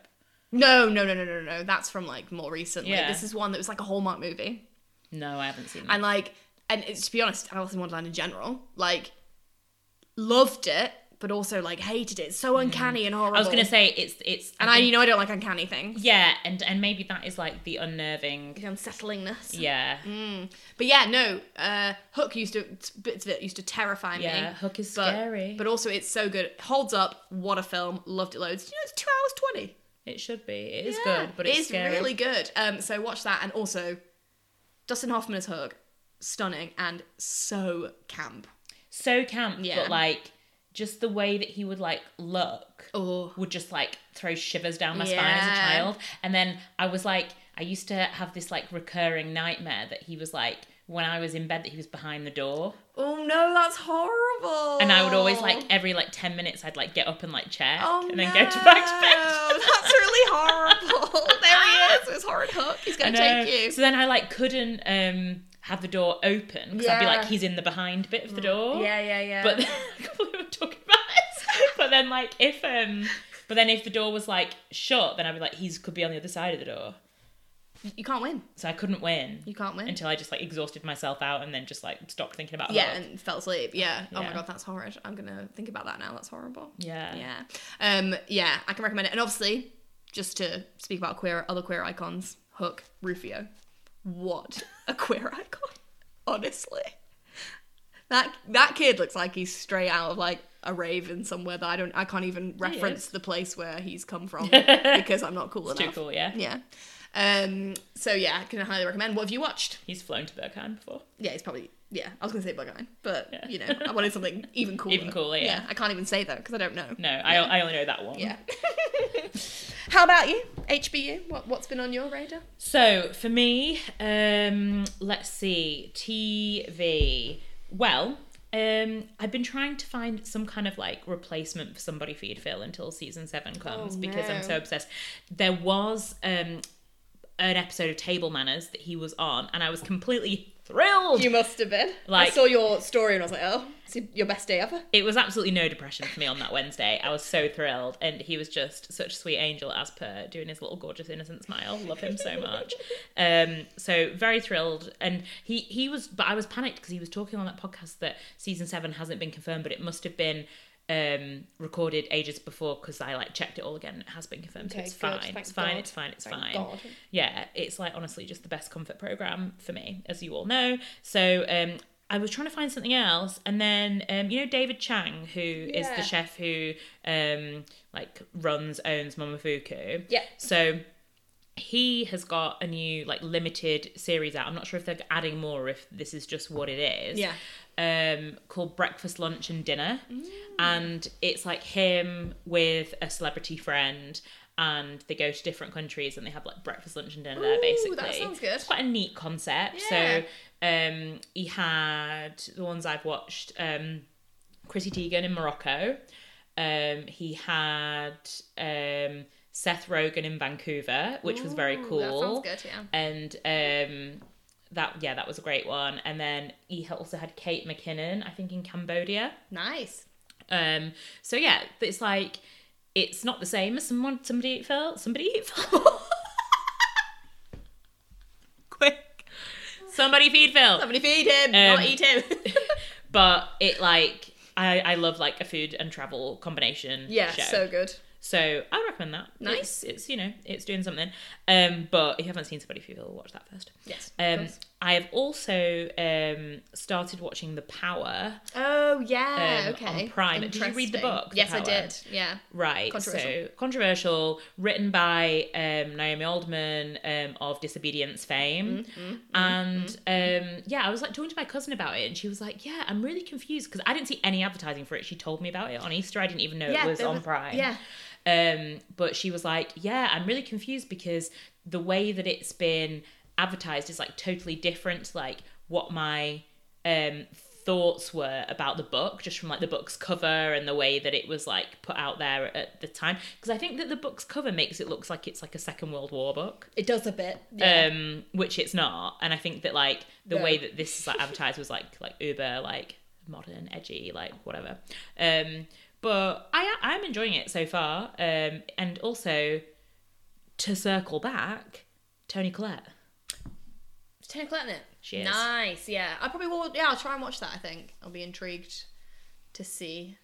[SPEAKER 1] No, no, no, no, no, no. That's from like more recently.
[SPEAKER 2] Yeah.
[SPEAKER 1] This is one that was like a Hallmark movie,
[SPEAKER 2] No, I haven't seen that.
[SPEAKER 1] and like, and it's, to be honest, Alice in Wonderland in general, like, loved it, but also like hated it. It's so uncanny and horrible.
[SPEAKER 2] Mm-hmm. I was gonna say it's it's
[SPEAKER 1] and I, you know, I don't like uncanny things.
[SPEAKER 2] Yeah, and and maybe that is like the unnerving.
[SPEAKER 1] The unsettlingness.
[SPEAKER 2] Yeah,
[SPEAKER 1] Mm. But yeah, no. Uh, Hook used to bits of it used to terrify me.
[SPEAKER 2] yeah. Hook is
[SPEAKER 1] But,
[SPEAKER 2] scary.
[SPEAKER 1] but also it's so good. It holds up. What a film. Loved it loads. You know, it's two hours twenty.
[SPEAKER 2] it should be. It is
[SPEAKER 1] Yeah,
[SPEAKER 2] good, but it's
[SPEAKER 1] it's
[SPEAKER 2] scary.
[SPEAKER 1] really good. Um, so watch that, and also Dustin Hoffman as Hook, stunning and so camp.
[SPEAKER 2] so camp,
[SPEAKER 1] Yeah.
[SPEAKER 2] but like just the way that he would like look
[SPEAKER 1] Oh,
[SPEAKER 2] would just like throw shivers down my spine as
[SPEAKER 1] Yeah.
[SPEAKER 2] a child. And then I was like, I used to have this like recurring nightmare that he was like when I was in bed that he was behind the door,
[SPEAKER 1] oh no, that's horrible.
[SPEAKER 2] and I would always like every like ten minutes I'd like get up and like check
[SPEAKER 1] oh,
[SPEAKER 2] and then go to back to bed.
[SPEAKER 1] no, <laughs> That's really horrible. <laughs> there he is. It's horrid Hook. He's gonna
[SPEAKER 2] I know.
[SPEAKER 1] take you.
[SPEAKER 2] So then I like couldn't um have the door open because I'd be like
[SPEAKER 1] Yeah. Mm.
[SPEAKER 2] he's in the behind bit of the door.
[SPEAKER 1] yeah, yeah, yeah.
[SPEAKER 2] But <laughs> we were talking about this. But then like if um but then if the door was like shut, then I'd be like he's could be on the other side of the door.
[SPEAKER 1] <laughs> you can't win.
[SPEAKER 2] So I couldn't win
[SPEAKER 1] You can't win.
[SPEAKER 2] until I just like exhausted myself out and then just like stopped thinking about
[SPEAKER 1] yeah,
[SPEAKER 2] Hook.
[SPEAKER 1] and fell asleep. Yeah. Oh my
[SPEAKER 2] Yeah.
[SPEAKER 1] god, that's horrid. I'm gonna think about that now. That's horrible.
[SPEAKER 2] yeah.
[SPEAKER 1] yeah um yeah i can recommend it and obviously just to speak about queer other queer icons hook rufio what a queer <laughs> icon honestly that that kid looks like he's straight out of like a raven somewhere that i don't i can't even reference the place where he's come
[SPEAKER 2] <laughs>
[SPEAKER 1] from because i'm not cool
[SPEAKER 2] It's too
[SPEAKER 1] enough
[SPEAKER 2] cool, yeah.
[SPEAKER 1] yeah um so yeah i can highly recommend what have you watched
[SPEAKER 2] He's flown to Berkheim before.
[SPEAKER 1] yeah it's probably yeah i was gonna say bug eye but
[SPEAKER 2] Yeah.
[SPEAKER 1] you know i wanted something even cooler
[SPEAKER 2] <laughs> Even cooler, yeah.
[SPEAKER 1] i can't even say that because i don't know
[SPEAKER 2] No, I, I only know that one.
[SPEAKER 1] yeah. <laughs> How about you? HBU? What, what's been on your radar?
[SPEAKER 2] So for me, um, let's see, TV. Well, um, I've been trying to find some kind of like replacement for somebody feed Phil until season seven comes because
[SPEAKER 1] no.
[SPEAKER 2] I'm so obsessed. There was um, an episode of Table Manners that he was on, and I was completely thrilled.
[SPEAKER 1] You must have been. I
[SPEAKER 2] Like-
[SPEAKER 1] saw your story and I was like, oh, it's your best day ever.
[SPEAKER 2] it was absolutely no depression for me on that Wednesday. I was so thrilled, and he was just such a sweet angel as per doing his little gorgeous innocent smile. Love him so
[SPEAKER 1] <laughs>
[SPEAKER 2] much. Um, so very thrilled, and he he was, but I was panicked because he was talking on that podcast that season seven hasn't been confirmed, but it must have been um recorded ages before because I like checked it all again. and It has been confirmed. so
[SPEAKER 1] Okay,
[SPEAKER 2] it's,
[SPEAKER 1] good.
[SPEAKER 2] fine.
[SPEAKER 1] Thank
[SPEAKER 2] it's fine.
[SPEAKER 1] God.
[SPEAKER 2] It's fine. It's
[SPEAKER 1] Thank
[SPEAKER 2] fine.
[SPEAKER 1] God.
[SPEAKER 2] Yeah, it's like honestly just the best comfort program for me, as you all know. So um, I was trying to find something else, and then um, you know David Chang, who is
[SPEAKER 1] Yeah.
[SPEAKER 2] the chef who um, like runs owns Momofuku.
[SPEAKER 1] Yeah.
[SPEAKER 2] So he has got a new like limited series out. I'm not sure if they're adding more, or if this is just what it is
[SPEAKER 1] Yeah. Mm.
[SPEAKER 2] um, called Breakfast, Lunch, and Dinner. And it's like him with a celebrity friend. and they go to different countries and they have like breakfast, lunch, and dinner there, basically.
[SPEAKER 1] that sounds good.
[SPEAKER 2] It's quite a neat concept.
[SPEAKER 1] Yeah.
[SPEAKER 2] So um, he had the ones I've watched. Um, Chrissy Teigen in Morocco. Um, he had um, Seth Rogen in Vancouver, which was very
[SPEAKER 1] Ooh,
[SPEAKER 2] cool.
[SPEAKER 1] That sounds good, yeah.
[SPEAKER 2] And um, that yeah, that was a great one. And then he ha- also had Kate McKinnon, I think, in Cambodia.
[SPEAKER 1] Nice.
[SPEAKER 2] Um, so yeah, it's like it's not the same as someone somebody eat Phil. Somebody
[SPEAKER 1] <laughs>
[SPEAKER 2] eat Phil. Quick, somebody feed Phil.
[SPEAKER 1] Somebody feed him,
[SPEAKER 2] Um,
[SPEAKER 1] not eat
[SPEAKER 2] <laughs>
[SPEAKER 1] him.
[SPEAKER 2] But it like I I love like a food and travel combination.
[SPEAKER 1] <laughs> yeah,
[SPEAKER 2] show.
[SPEAKER 1] so good.
[SPEAKER 2] So I would recommend that.
[SPEAKER 1] Nice.
[SPEAKER 2] It's, it's, you know, it's doing something. Um, but if you haven't seen Somebody Few People, watch that first.
[SPEAKER 1] Yes. of
[SPEAKER 2] Um,
[SPEAKER 1] course.
[SPEAKER 2] I have also um, started watching The Power.
[SPEAKER 1] oh yeah.
[SPEAKER 2] um,
[SPEAKER 1] okay.
[SPEAKER 2] on Prime. Did you read the
[SPEAKER 1] Interesting.
[SPEAKER 2] book, The
[SPEAKER 1] Yes, I
[SPEAKER 2] Power?
[SPEAKER 1] did. Yeah.
[SPEAKER 2] Right. So
[SPEAKER 1] Controversial.
[SPEAKER 2] controversial, written by um, Naomi Oldman um, of Disobedience fame.
[SPEAKER 1] Mm-hmm,
[SPEAKER 2] and um, yeah, I was like talking to my cousin about it, and she was like, Yeah, I'm really confused because I didn't see any advertising for it. She told me about it on Easter. I didn't even know
[SPEAKER 1] yeah.
[SPEAKER 2] it was
[SPEAKER 1] there
[SPEAKER 2] on Prime.
[SPEAKER 1] Yeah.
[SPEAKER 2] Um, but she was like, "Yeah, I'm really confused because the way that it's been advertised is like totally different. to, Like what my um thoughts were about the book, just from like the book's cover and the way that it was like put out there at the time. Because I think that the book's cover makes it look like it's like a Second World War book,
[SPEAKER 1] It does a bit. Yeah.
[SPEAKER 2] um, which it's not. And I think that like the
[SPEAKER 1] No.
[SPEAKER 2] way that this is like advertised was like like uber like modern, edgy, like whatever. Um, but I I'm enjoying it so far. Um, and also to circle back, Tony Collette.
[SPEAKER 1] It's ten o'clock, isn't it?
[SPEAKER 2] She is.
[SPEAKER 1] Nice. Yeah. I probably will. Yeah, I'll try and watch that. I think I'll be intrigued to see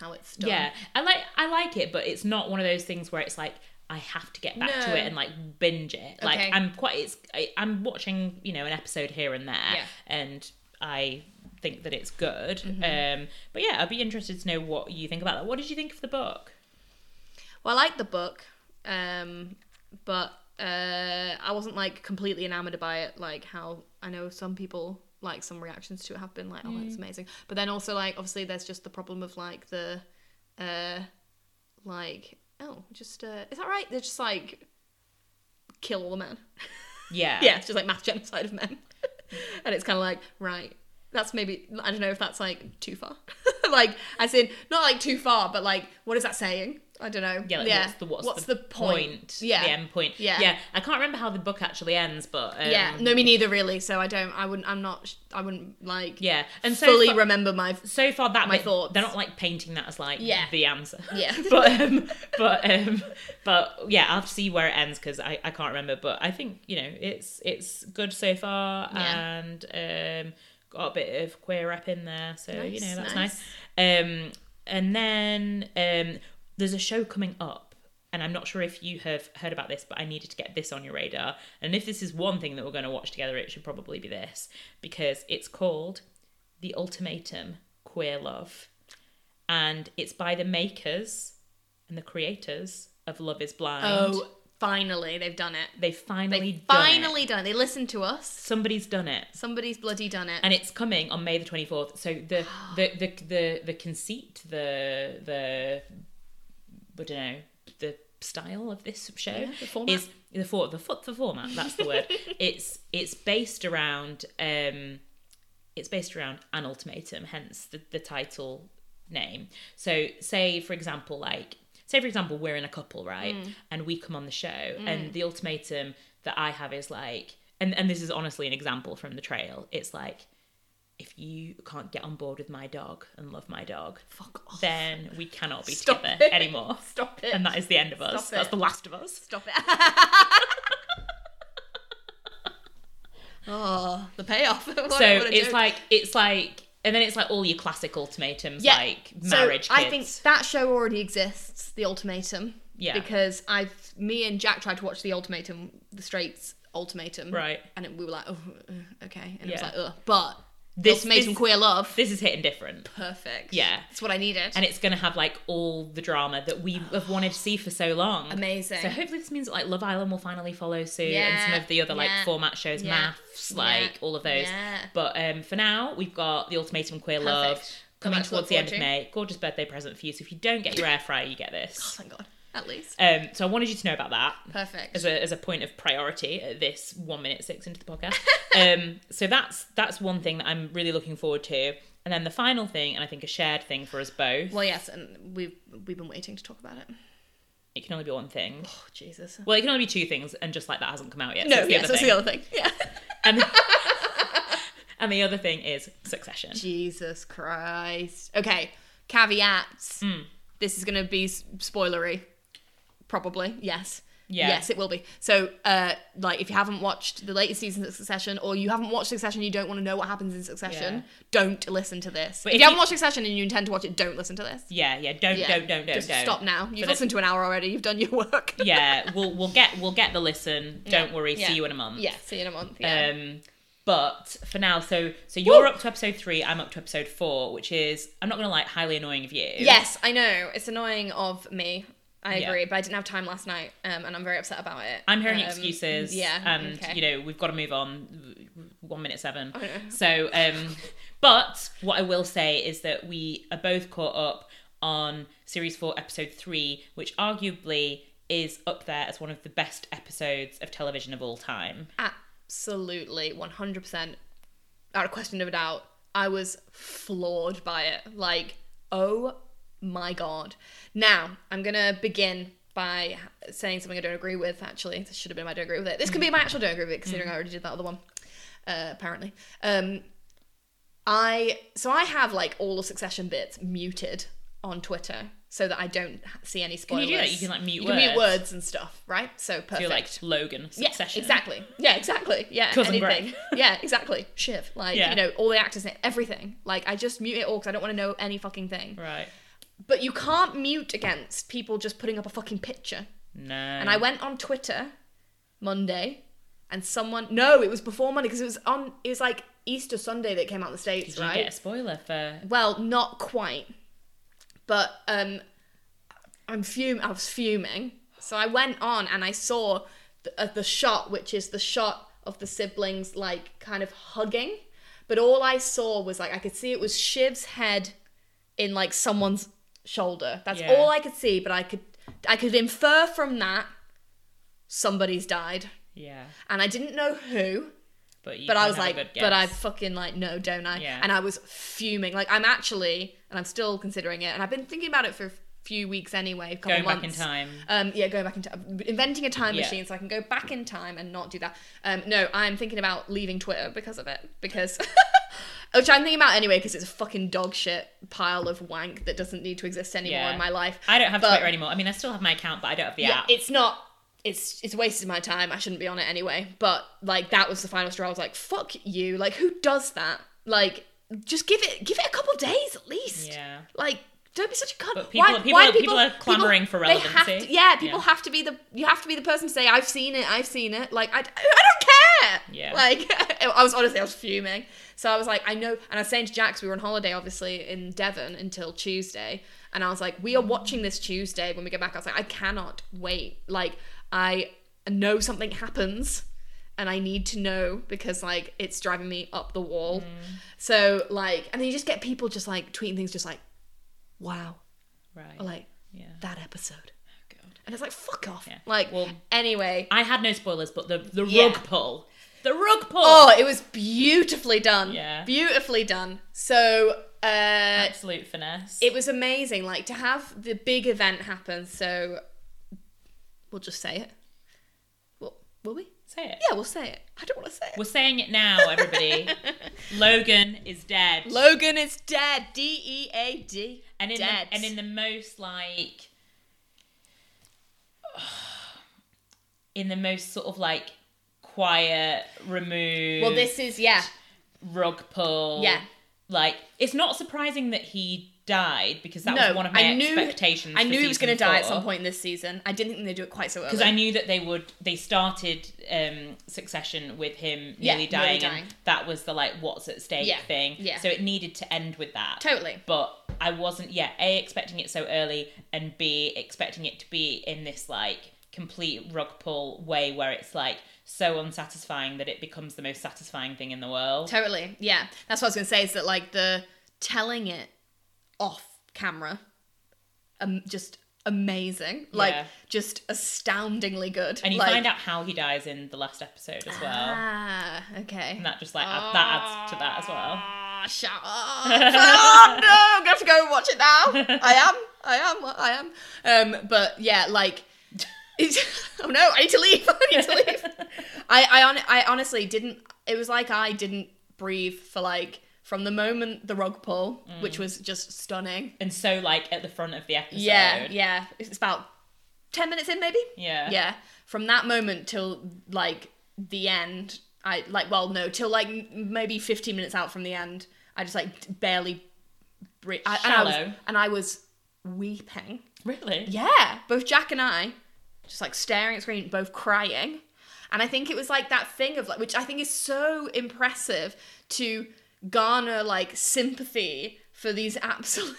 [SPEAKER 1] how it's done.
[SPEAKER 2] Yeah, I like I like it, but it's not one of those things where it's like I have to get back
[SPEAKER 1] No.
[SPEAKER 2] to it and like binge it. Like
[SPEAKER 1] Okay.
[SPEAKER 2] I'm quite it's I, I'm watching you know an episode here and there,
[SPEAKER 1] Yeah.
[SPEAKER 2] and I think that it's good.
[SPEAKER 1] Mm-hmm.
[SPEAKER 2] Um, but yeah, I'd be interested to know what you think about that. What did you think of the book?
[SPEAKER 1] Well, I liked the book, um, but uh, I wasn't like completely enamored by it. Like how I know some people like some reactions to it have been like, "Oh, it's amazing," but then also like obviously there's just the problem of like the, uh, like oh, just uh, is that right? They're just like kill all the men. <laughs>
[SPEAKER 2] Yeah,
[SPEAKER 1] yeah, it's just like mass genocide of men, <laughs> and it's kind of like right. That's maybe I don't know if that's like too far. <laughs> like as in not like too far, but like what is that saying? I don't know.
[SPEAKER 2] Yeah, like, What's the what's, the, point?
[SPEAKER 1] Yeah.
[SPEAKER 2] the end point.
[SPEAKER 1] Yeah.
[SPEAKER 2] yeah. I can't remember how the book actually ends, but um,
[SPEAKER 1] yeah. No, me neither, really. So I don't. I wouldn't. I'm not. I wouldn't like.
[SPEAKER 2] yeah, and so
[SPEAKER 1] fully
[SPEAKER 2] far-
[SPEAKER 1] remember my.
[SPEAKER 2] so far that
[SPEAKER 1] My
[SPEAKER 2] bit,
[SPEAKER 1] thoughts.
[SPEAKER 2] they're not like painting that as like
[SPEAKER 1] Yeah.
[SPEAKER 2] the answer
[SPEAKER 1] Yeah.
[SPEAKER 2] <laughs> but um but um but yeah i'll have to see where it ends because I, I can't remember but i think you know it's it's good so far
[SPEAKER 1] Yeah.
[SPEAKER 2] and um got a bit of queer rep in there so
[SPEAKER 1] Nice,
[SPEAKER 2] you know that's nice.
[SPEAKER 1] nice.
[SPEAKER 2] um and then um there's a show coming up and I'm not sure if you have heard about this, but I needed to get this on your radar. And if this is one thing that we're going to watch together, it should probably be this because it's called the ultimatum queer love and it's by the makers and the creators of love is blind
[SPEAKER 1] Oh, finally they've done it.
[SPEAKER 2] they finally
[SPEAKER 1] They
[SPEAKER 2] done it.
[SPEAKER 1] finally done it. They listened to us.
[SPEAKER 2] somebody's done it
[SPEAKER 1] Somebody's bloody done it.
[SPEAKER 2] and it's coming on may the 24th so the the the the, the conceit the the i don't know the style of this show
[SPEAKER 1] Yeah, the format.
[SPEAKER 2] is the for the foot the format that's the
[SPEAKER 1] <laughs>
[SPEAKER 2] word it's it's based around um it's based around an ultimatum, hence the, the title name. So, say for example, like say for example, we're in a couple, right?
[SPEAKER 1] Mm.
[SPEAKER 2] And we come on the show, and the ultimatum that I have is like, and and this is honestly an example from the trail. It's like, if you can't get on board with my dog and love my dog,
[SPEAKER 1] Fuck off.
[SPEAKER 2] then we cannot be
[SPEAKER 1] Oh. Stop
[SPEAKER 2] together
[SPEAKER 1] it.
[SPEAKER 2] anymore.
[SPEAKER 1] <laughs> Stop it.
[SPEAKER 2] And that is the end of us.
[SPEAKER 1] Stop
[SPEAKER 2] That's
[SPEAKER 1] it.
[SPEAKER 2] the last of us.
[SPEAKER 1] Stop it. <laughs> oh, the payoff. <laughs> What a-
[SPEAKER 2] so
[SPEAKER 1] what a
[SPEAKER 2] it's
[SPEAKER 1] joke.
[SPEAKER 2] like it's like, and then it's like all your classic ultimatums,
[SPEAKER 1] Yeah.
[SPEAKER 2] like marriage.
[SPEAKER 1] So I think
[SPEAKER 2] kids.
[SPEAKER 1] that show already exists, The Ultimatum.
[SPEAKER 2] Yeah.
[SPEAKER 1] Because I've me and Jack tried to watch The Ultimatum, The Straits Ultimatum.
[SPEAKER 2] Right.
[SPEAKER 1] And it, we were like, oh, uh, okay. And it was
[SPEAKER 2] Yeah.
[SPEAKER 1] like, ugh. But The
[SPEAKER 2] This-
[SPEAKER 1] Ultimatum
[SPEAKER 2] this-
[SPEAKER 1] Queer Love,
[SPEAKER 2] this is hitting different.
[SPEAKER 1] perfect.
[SPEAKER 2] Yeah.
[SPEAKER 1] That's what I needed.
[SPEAKER 2] and it's going to have like all the drama that we have wanted to see for so long.
[SPEAKER 1] Amazing.
[SPEAKER 2] So hopefully this means that like Love Island will finally follow suit,
[SPEAKER 1] Yeah,
[SPEAKER 2] and some of the other like
[SPEAKER 1] yeah,
[SPEAKER 2] format shows,
[SPEAKER 1] yeah,
[SPEAKER 2] maths, like
[SPEAKER 1] yeah,
[SPEAKER 2] all of those.
[SPEAKER 1] yeah.
[SPEAKER 2] But um, for now, we've got the ultimatum queer
[SPEAKER 1] Perfect.
[SPEAKER 2] love coming
[SPEAKER 1] Well, that's
[SPEAKER 2] towards
[SPEAKER 1] look
[SPEAKER 2] the end of
[SPEAKER 1] forward
[SPEAKER 2] May. Gorgeous birthday present for you. So if you don't get your air fryer, you get
[SPEAKER 1] Oh,
[SPEAKER 2] this.
[SPEAKER 1] thank God. at least.
[SPEAKER 2] Um, so I wanted you to know about that
[SPEAKER 1] Perfect.
[SPEAKER 2] as a, as a point of priority at this one minute six into the
[SPEAKER 1] <laughs>
[SPEAKER 2] podcast. um, so that's that's one thing that I'm really looking forward to. And then the final thing, and I think a shared thing for us both,
[SPEAKER 1] Well, yes, and we've we've been waiting to talk about it.
[SPEAKER 2] it can only be one thing.
[SPEAKER 1] Oh Jesus.
[SPEAKER 2] Well, it can only be two things, and just like that hasn't come out yet. so
[SPEAKER 1] No,
[SPEAKER 2] it's the
[SPEAKER 1] yes,
[SPEAKER 2] other
[SPEAKER 1] that's
[SPEAKER 2] thing.
[SPEAKER 1] the other thing. Yeah.
[SPEAKER 2] and, and the other thing is Succession.
[SPEAKER 1] Jesus Christ. Okay, caveats.
[SPEAKER 2] Hmm.
[SPEAKER 1] This is going to be s- spoilery, probably. Yes.
[SPEAKER 2] Yeah.
[SPEAKER 1] Yes, it will be. So, uh, like, if you haven't watched the latest season of Succession, or you haven't watched Succession, you don't want to know what happens in Succession.
[SPEAKER 2] Yeah.
[SPEAKER 1] Don't listen to this.
[SPEAKER 2] But
[SPEAKER 1] if,
[SPEAKER 2] if
[SPEAKER 1] you haven't
[SPEAKER 2] you-
[SPEAKER 1] watched Succession and you intend to watch it, don't listen to this.
[SPEAKER 2] Yeah, yeah. Don't,
[SPEAKER 1] Yeah.
[SPEAKER 2] don't, don't, don't,
[SPEAKER 1] Just
[SPEAKER 2] don't.
[SPEAKER 1] stop now. You've
[SPEAKER 2] that-
[SPEAKER 1] listened to an hour already. You've done your work.
[SPEAKER 2] <laughs> yeah, we'll we'll get we'll get the listen. Don't worry.
[SPEAKER 1] Yeah.
[SPEAKER 2] See you in a
[SPEAKER 1] <laughs>
[SPEAKER 2] month.
[SPEAKER 1] yeah. See you in a month. Yeah.
[SPEAKER 2] Um, but for now, so so you're
[SPEAKER 1] Woo!
[SPEAKER 2] up to episode three. I'm up to episode four, which is I'm not gonna like highly annoying of you.
[SPEAKER 1] Yes, I know. It's annoying of me. I
[SPEAKER 2] Yeah.
[SPEAKER 1] agree, but I didn't have time last night, um, and I'm very upset about it.
[SPEAKER 2] I'm hearing
[SPEAKER 1] Um,
[SPEAKER 2] excuses.
[SPEAKER 1] Yeah,
[SPEAKER 2] and
[SPEAKER 1] okay.
[SPEAKER 2] you know we've got to move on. One minute seven.
[SPEAKER 1] know.
[SPEAKER 2] So,
[SPEAKER 1] <laughs>
[SPEAKER 2] um, but what I will say is that we are both caught up on series four, episode three, which arguably is up there as one of the best episodes of television of all time.
[SPEAKER 1] absolutely 100% out of question of a doubt i was floored by it like oh my god now i'm gonna begin by saying something i don't agree with actually this should have been my don't agree with it this could be my actual don't agree with it considering
[SPEAKER 2] Mm.
[SPEAKER 1] i already did that other one uh, apparently um I so I have like all of Succession bits muted on Twitter so that I don't see any
[SPEAKER 2] you
[SPEAKER 1] spoilers.
[SPEAKER 2] do that? You can, like, mute
[SPEAKER 1] You can mute
[SPEAKER 2] words.
[SPEAKER 1] words and stuff, right? So perfect.
[SPEAKER 2] You're like Logan
[SPEAKER 1] Yeah,
[SPEAKER 2] Succession.
[SPEAKER 1] exactly. Yeah, exactly. Yeah,
[SPEAKER 2] Cousin
[SPEAKER 1] anything.
[SPEAKER 2] Greg.
[SPEAKER 1] <laughs> Yeah, exactly. Shiv, like
[SPEAKER 2] Yeah.
[SPEAKER 1] you know, all the actors, and everything. Like I just mute it all because I don't want to know any fucking thing.
[SPEAKER 2] Right.
[SPEAKER 1] But you can't mute against people just putting up a fucking picture.
[SPEAKER 2] No.
[SPEAKER 1] And I went on Twitter Monday, and someone no, it was before Monday because it was on. It was like Easter Sunday that it came out in the states,
[SPEAKER 2] Did you
[SPEAKER 1] right?
[SPEAKER 2] get a spoiler for?
[SPEAKER 1] Well, not quite. But um I'm fum I was fuming. So I went on and I saw the, uh, the shot which is the shot of the siblings like kind of hugging, but all I saw was like I could see it was Shiv's head in like someone's shoulder. That's
[SPEAKER 2] Yeah.
[SPEAKER 1] all I could see, but I could I could infer from that somebody's died.
[SPEAKER 2] Yeah.
[SPEAKER 1] And I didn't know who
[SPEAKER 2] But you
[SPEAKER 1] but
[SPEAKER 2] can
[SPEAKER 1] I was
[SPEAKER 2] have a
[SPEAKER 1] like,
[SPEAKER 2] good
[SPEAKER 1] but I
[SPEAKER 2] guess.
[SPEAKER 1] fucking like, no, don't I?
[SPEAKER 2] Yeah.
[SPEAKER 1] And I was fuming. Like, I'm actually, and I'm still considering it, and I've been thinking about it for a few weeks anyway, a couple
[SPEAKER 2] going
[SPEAKER 1] months.
[SPEAKER 2] back in time.
[SPEAKER 1] Um, yeah, going back in time, inventing a time
[SPEAKER 2] Yeah.
[SPEAKER 1] machine so I can go back in time and not do that. Um, no, I'm thinking about leaving Twitter because of it, because <laughs> which I'm thinking about anyway, because it's a fucking dog shit pile of wank that doesn't need to exist anymore
[SPEAKER 2] Yeah.
[SPEAKER 1] in my life.
[SPEAKER 2] I don't have
[SPEAKER 1] but-
[SPEAKER 2] Twitter anymore. I mean, I still have my account, but I don't have the
[SPEAKER 1] yeah,
[SPEAKER 2] app.
[SPEAKER 1] it's not it's it's wasted my time i shouldn't be on it anyway but like that was the final straw i was like fuck you like who does that like just give it give it a couple of days at least
[SPEAKER 2] Yeah.
[SPEAKER 1] like don't be such a cunt.
[SPEAKER 2] But people-
[SPEAKER 1] why,
[SPEAKER 2] people
[SPEAKER 1] why
[SPEAKER 2] are-
[SPEAKER 1] do
[SPEAKER 2] people are clamouring for
[SPEAKER 1] they have
[SPEAKER 2] relevancy.
[SPEAKER 1] to- yeah, people
[SPEAKER 2] Yeah.
[SPEAKER 1] have to be the. You have to be the person to say, "I've seen it. I've seen it." Like I, I don't care.
[SPEAKER 2] Yeah.
[SPEAKER 1] Like <laughs> I was honestly, I was fuming. So I was like, I know, and I was saying to Jax, we were on holiday, obviously in Devon until Tuesday, and I was like, we are watching this Tuesday when we get back. I was like, I cannot wait. Like I know something happens. And I need to know because like it's driving me up the wall.
[SPEAKER 2] Mm.
[SPEAKER 1] So like, and then you just get people just like tweeting things, just like, wow,
[SPEAKER 2] Right.
[SPEAKER 1] or like
[SPEAKER 2] yeah.
[SPEAKER 1] that episode.
[SPEAKER 2] God.
[SPEAKER 1] And it's like, fuck off.
[SPEAKER 2] Yeah.
[SPEAKER 1] Like,
[SPEAKER 2] Well-
[SPEAKER 1] anyway.
[SPEAKER 2] I had no spoilers, but the the
[SPEAKER 1] Yeah.
[SPEAKER 2] rug pull, the rug pull.
[SPEAKER 1] Oh, it was beautifully done.
[SPEAKER 2] Yeah.
[SPEAKER 1] Beautifully done. So, uh,
[SPEAKER 2] absolute finesse.
[SPEAKER 1] it was amazing. Like, to have the big event happen. So, we'll just say it. Will, will we?
[SPEAKER 2] Say it.
[SPEAKER 1] Yeah, we'll say it. I don't want to say it. <laughs>
[SPEAKER 2] We're saying it now, everybody. Logan is dead,
[SPEAKER 1] Logan is dead. D E A D.
[SPEAKER 2] and in
[SPEAKER 1] dead.
[SPEAKER 2] The, and in the most like, <sighs> in the most sort of like quiet, removed.
[SPEAKER 1] well, this is, yeah.
[SPEAKER 2] rug pull.
[SPEAKER 1] Yeah.
[SPEAKER 2] Like it's not surprising that he died because that
[SPEAKER 1] no,
[SPEAKER 2] was one of my
[SPEAKER 1] I knew,
[SPEAKER 2] expectations.
[SPEAKER 1] I
[SPEAKER 2] for
[SPEAKER 1] knew he was
[SPEAKER 2] season
[SPEAKER 1] going to die at
[SPEAKER 2] four.
[SPEAKER 1] some point this season. I didn't think they'd do it quite so early.
[SPEAKER 2] because I knew that they would. They started um, Succession with him
[SPEAKER 1] Yeah, nearly
[SPEAKER 2] nearly dying,
[SPEAKER 1] dying.
[SPEAKER 2] and that was the like what's at stake
[SPEAKER 1] Yeah,
[SPEAKER 2] thing.
[SPEAKER 1] yeah.
[SPEAKER 2] So it needed to end with that.
[SPEAKER 1] Totally.
[SPEAKER 2] But I wasn't yet a expecting it so early, and b expecting it to be in this like complete rug pull way where it's like so unsatisfying that it becomes the most satisfying thing in the world.
[SPEAKER 1] Totally. Yeah. That's what I was going to say is that like the telling it off camera um just amazing, like
[SPEAKER 2] Yeah.
[SPEAKER 1] just astoundingly good.
[SPEAKER 2] And you
[SPEAKER 1] like,
[SPEAKER 2] find out how he dies in the last episode as well.
[SPEAKER 1] Ah, okay.
[SPEAKER 2] and that just like add, that adds to that as well.
[SPEAKER 1] Ah, Shut up! oh no, I'm gonna have to go and watch it now. I am, I am, I am. Um, but yeah, like, it's, <laughs> oh no, I need to leave. I need to leave. I, I, hon- I honestly didn't. It was like I didn't breathe for like from the moment the rug pull, which was just stunning.
[SPEAKER 2] And so like at the front of the episode.
[SPEAKER 1] Yeah, yeah. It's about ten minutes in, maybe.
[SPEAKER 2] Yeah.
[SPEAKER 1] yeah from that moment till like the end i like well no till like m- maybe 15 minutes out from the end i just like d- barely bre- I, and I was,
[SPEAKER 2] Shallow.
[SPEAKER 1] and i was weeping
[SPEAKER 2] Really?
[SPEAKER 1] yeah both jack and i just like staring at the screen both crying and i think it was like that thing of like which i think is so impressive to garner like sympathy for these
[SPEAKER 2] <laughs>
[SPEAKER 1] absolute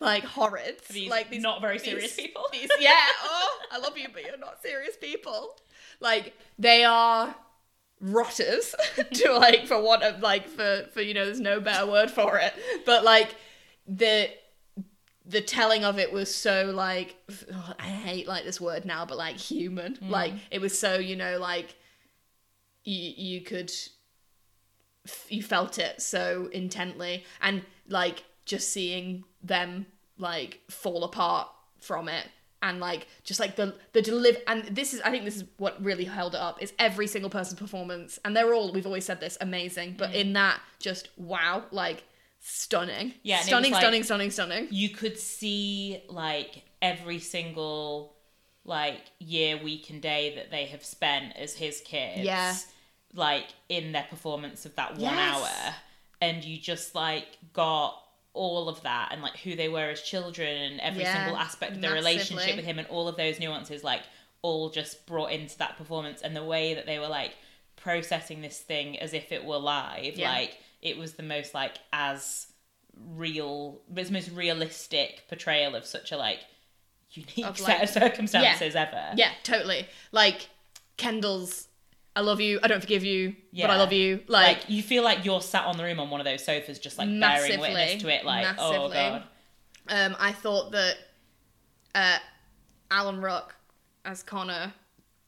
[SPEAKER 1] like horrids
[SPEAKER 2] These
[SPEAKER 1] like these
[SPEAKER 2] not very
[SPEAKER 1] these-
[SPEAKER 2] serious people.
[SPEAKER 1] these-
[SPEAKER 2] <laughs>
[SPEAKER 1] yeah. Oh, I love you, but you're not serious people. Like they are rotters <laughs> to like for want of like for for you know there's no better word for it but like the the telling of it was so like f- oh, i hate like this word now but like human
[SPEAKER 2] Mm.
[SPEAKER 1] like it was so you know like you you could f- you felt it so intently and like just seeing them like fall apart from it and like just like the the deliver and this is i think this is what really held it up is every single person's performance and they're all we've always said this amazing
[SPEAKER 2] Mm.
[SPEAKER 1] but in that just wow like stunning
[SPEAKER 2] Yeah, and it
[SPEAKER 1] stunning
[SPEAKER 2] was, like-
[SPEAKER 1] stunning stunning stunning
[SPEAKER 2] You could see like every single like year, week, and day that they have spent as his kids.
[SPEAKER 1] Yeah.
[SPEAKER 2] Like in their performance of that one
[SPEAKER 1] Yes.
[SPEAKER 2] hour, and you just like got all of that and like who they were as children and every
[SPEAKER 1] Yeah,
[SPEAKER 2] single aspect of their
[SPEAKER 1] massively.
[SPEAKER 2] relationship with him and all of those nuances like all just brought into that performance and the way that they were like processing this thing as if it were live
[SPEAKER 1] Yeah.
[SPEAKER 2] like it was the most like as real it's the most realistic portrayal of such a like unique
[SPEAKER 1] Of,
[SPEAKER 2] set
[SPEAKER 1] like-
[SPEAKER 2] of circumstances ever
[SPEAKER 1] Yeah, totally. Like Kendall's I love you, I don't forgive you, but I
[SPEAKER 2] Yeah.
[SPEAKER 1] love you. Like,
[SPEAKER 2] like, you feel like you're sat on the room on one of those sofas just like
[SPEAKER 1] Massively.
[SPEAKER 2] bearing witness to it like oh
[SPEAKER 1] Massively.
[SPEAKER 2] god
[SPEAKER 1] um I thought that uh Alan Rock as Connor,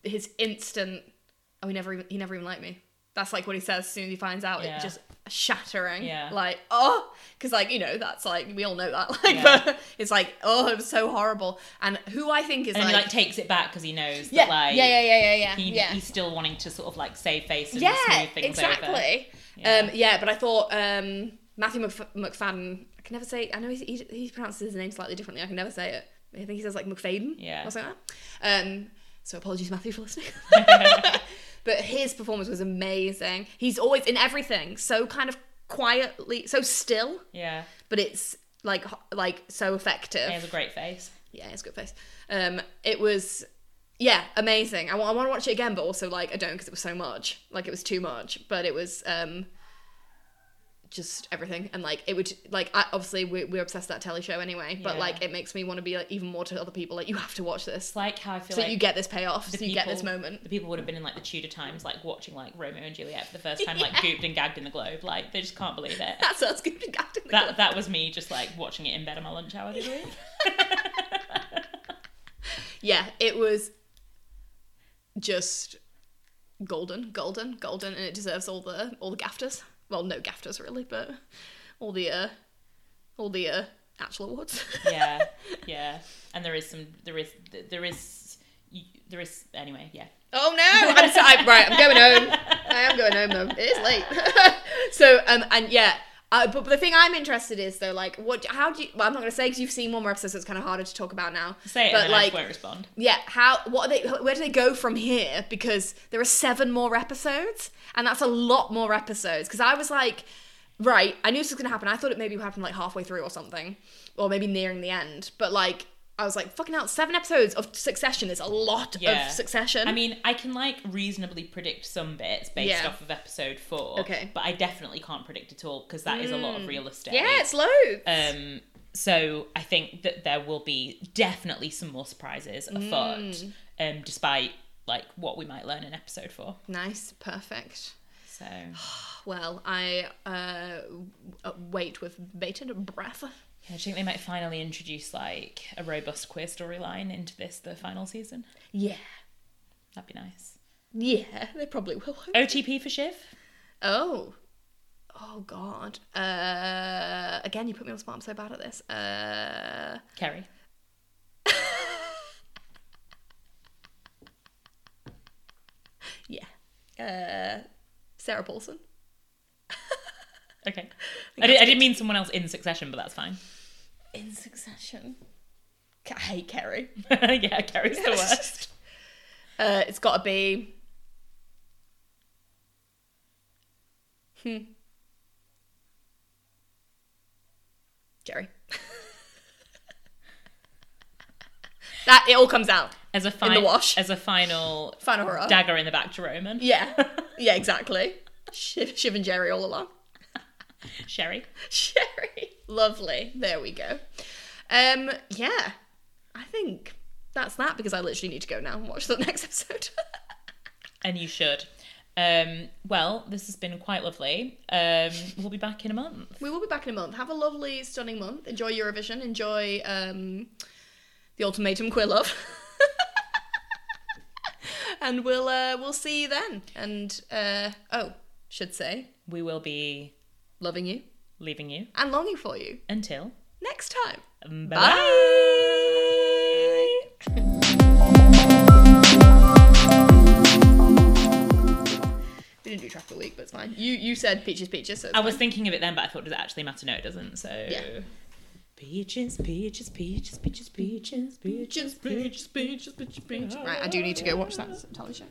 [SPEAKER 1] his instant oh he never even he never even liked me. That's like what he says as soon as he finds out.
[SPEAKER 2] Yeah.
[SPEAKER 1] It just shattering.
[SPEAKER 2] Yeah.
[SPEAKER 1] Like, oh because like, you know, that's like we all know that. <laughs> Like
[SPEAKER 2] Yeah.
[SPEAKER 1] but it's like, oh it was so horrible. And who I think is
[SPEAKER 2] and
[SPEAKER 1] like,
[SPEAKER 2] he like takes it back because he knows
[SPEAKER 1] yeah,
[SPEAKER 2] that like
[SPEAKER 1] yeah, yeah, yeah, yeah, yeah.
[SPEAKER 2] he,
[SPEAKER 1] yeah.
[SPEAKER 2] he's still wanting to sort of like save face and
[SPEAKER 1] yeah,
[SPEAKER 2] smooth things over.
[SPEAKER 1] exactly.
[SPEAKER 2] Yeah.
[SPEAKER 1] Um, yeah, but I thought um, Matthew Mcf- McFadden. I can never say. I know he, he he pronounces his name slightly differently. I can never say it. I think he says like McFadden.
[SPEAKER 2] Yeah.
[SPEAKER 1] Or something like that. Um, so apologies, Matthew, for
[SPEAKER 2] <laughs>
[SPEAKER 1] listening. but his performance was amazing. He's always in everything. So kind of quietly, so still,
[SPEAKER 2] Yeah,
[SPEAKER 1] but it's like ho- like so effective.
[SPEAKER 2] he has a great face.
[SPEAKER 1] Yeah, it's a good face. Um, it was, yeah, amazing. I want to watch it again, but also like I don't because it was so much. Like it was too much, but it was um, just everything. And like it would like I, obviously we, we're obsessed with that telly show anyway, but
[SPEAKER 2] Yeah.
[SPEAKER 1] like it makes me want to be like even more to other people. Like you have to watch this,
[SPEAKER 2] It's like how I feel
[SPEAKER 1] so
[SPEAKER 2] like
[SPEAKER 1] you get this payoff, so
[SPEAKER 2] the
[SPEAKER 1] you get this
[SPEAKER 2] people-
[SPEAKER 1] moment. <laughs>
[SPEAKER 2] The people would have been in like the Tudor times, like watching like Romeo and Juliet for
[SPEAKER 1] <laughs>
[SPEAKER 2] the first time, like gooped and gagged in the globe. Like they just can't believe it.
[SPEAKER 1] That's us good to get in the
[SPEAKER 2] That that was me just like watching it in bed on my lunch hour the
[SPEAKER 1] <laughs>
[SPEAKER 2] other week.
[SPEAKER 1] yeah, it was just golden, golden, golden, and it deserves all the all the gafters. Well, no gafters really, but all the uh, all the uh, actual awards.
[SPEAKER 2] yeah, yeah. And there is some, there is, there is, there is. Anyway, yeah.
[SPEAKER 1] <laughs> oh no! I'm so, I, right, I'm going home. I am going home though. It is late. <laughs> so um and yeah. Uh, but the thing I'm interested is though, like, what? How do you? Well, I'm not gonna say because you've seen one more episode, so it's kind of harder to talk about now.
[SPEAKER 2] Say it,
[SPEAKER 1] but
[SPEAKER 2] and then I
[SPEAKER 1] like,
[SPEAKER 2] just won't respond.
[SPEAKER 1] Yeah, how what are they where do they go from here because there are 7 more episodes and that's a lot more episodes because I was like right, I knew this was going to happen. I thought it maybe would happen like halfway through or something or maybe nearing the end, but like I was like fucking out 7 episodes of Succession is a lot
[SPEAKER 2] Yeah.
[SPEAKER 1] of Succession.
[SPEAKER 2] I mean, I can like reasonably predict some bits based
[SPEAKER 1] um, Yeah.
[SPEAKER 2] off of episode four.
[SPEAKER 1] Okay. Mm.
[SPEAKER 2] But I definitely can't predict at all because that is a lot of real estate.
[SPEAKER 1] yeah, it's loads.
[SPEAKER 2] Um, so I think that there will be definitely some more surprises afoot,
[SPEAKER 1] Mm.
[SPEAKER 2] um, despite like what we might learn in episode four.
[SPEAKER 1] nice, perfect.
[SPEAKER 2] So
[SPEAKER 1] Well, I uh w- uh, wait with bated breath
[SPEAKER 2] Yeah, do you think they might finally introduce like a robust queer storyline into this the final season?
[SPEAKER 1] Yeah.
[SPEAKER 2] That'd be nice.
[SPEAKER 1] Yeah, they probably will.
[SPEAKER 2] OTP for Shiv.
[SPEAKER 1] Oh. Oh god. Uh again you put me on the spot, I'm so bad at this. Uh
[SPEAKER 2] Kerry.
[SPEAKER 1] yeah. Uh Sarah Paulson.
[SPEAKER 2] Okay.
[SPEAKER 1] think
[SPEAKER 2] I, did,
[SPEAKER 1] that's
[SPEAKER 2] I didn't mean someone else in succession, but that's fine. <laughs>
[SPEAKER 1] In succession. I hate
[SPEAKER 2] <laughs>
[SPEAKER 1] Kerry.
[SPEAKER 2] yeah, Kerry's the worst.
[SPEAKER 1] <laughs> Uh it's gotta be Hmm. Jerry. <laughs> that it all comes out.
[SPEAKER 2] As a final,
[SPEAKER 1] wash.
[SPEAKER 2] as a final
[SPEAKER 1] Final hurrah.
[SPEAKER 2] dagger in the back to Roman.
[SPEAKER 1] Yeah, <laughs> yeah, exactly. Shiv, Shiv and Jerry all along. <laughs>
[SPEAKER 2] Sherry.
[SPEAKER 1] Sherry, lovely. There we go. Um, yeah, I think that's that because I literally need to go now and watch the <laughs> next episode.
[SPEAKER 2] And you should. Um, well, this has been quite lovely. Um, we'll be back in a month.
[SPEAKER 1] we will be back in a month. Have a lovely, stunning month. Enjoy Eurovision. Enjoy um, the ultimatum queer love. <laughs> and we'll uh, we'll see you then. And uh, oh, should say
[SPEAKER 2] We will be
[SPEAKER 1] loving you
[SPEAKER 2] leaving you
[SPEAKER 1] and longing for you
[SPEAKER 2] until
[SPEAKER 1] next time.
[SPEAKER 2] bye.
[SPEAKER 1] Bye. We didn't do track of the week, but it's fine. You you said peaches, peaches. So it's
[SPEAKER 2] I was thinking of it then, but I thought, does it actually matter? No, it doesn't. So
[SPEAKER 1] Yeah.
[SPEAKER 2] peaches, peaches, peaches, peaches, peaches, peaches, peaches, peaches, peaches.
[SPEAKER 1] fine. right. I do need to go watch that Sally show.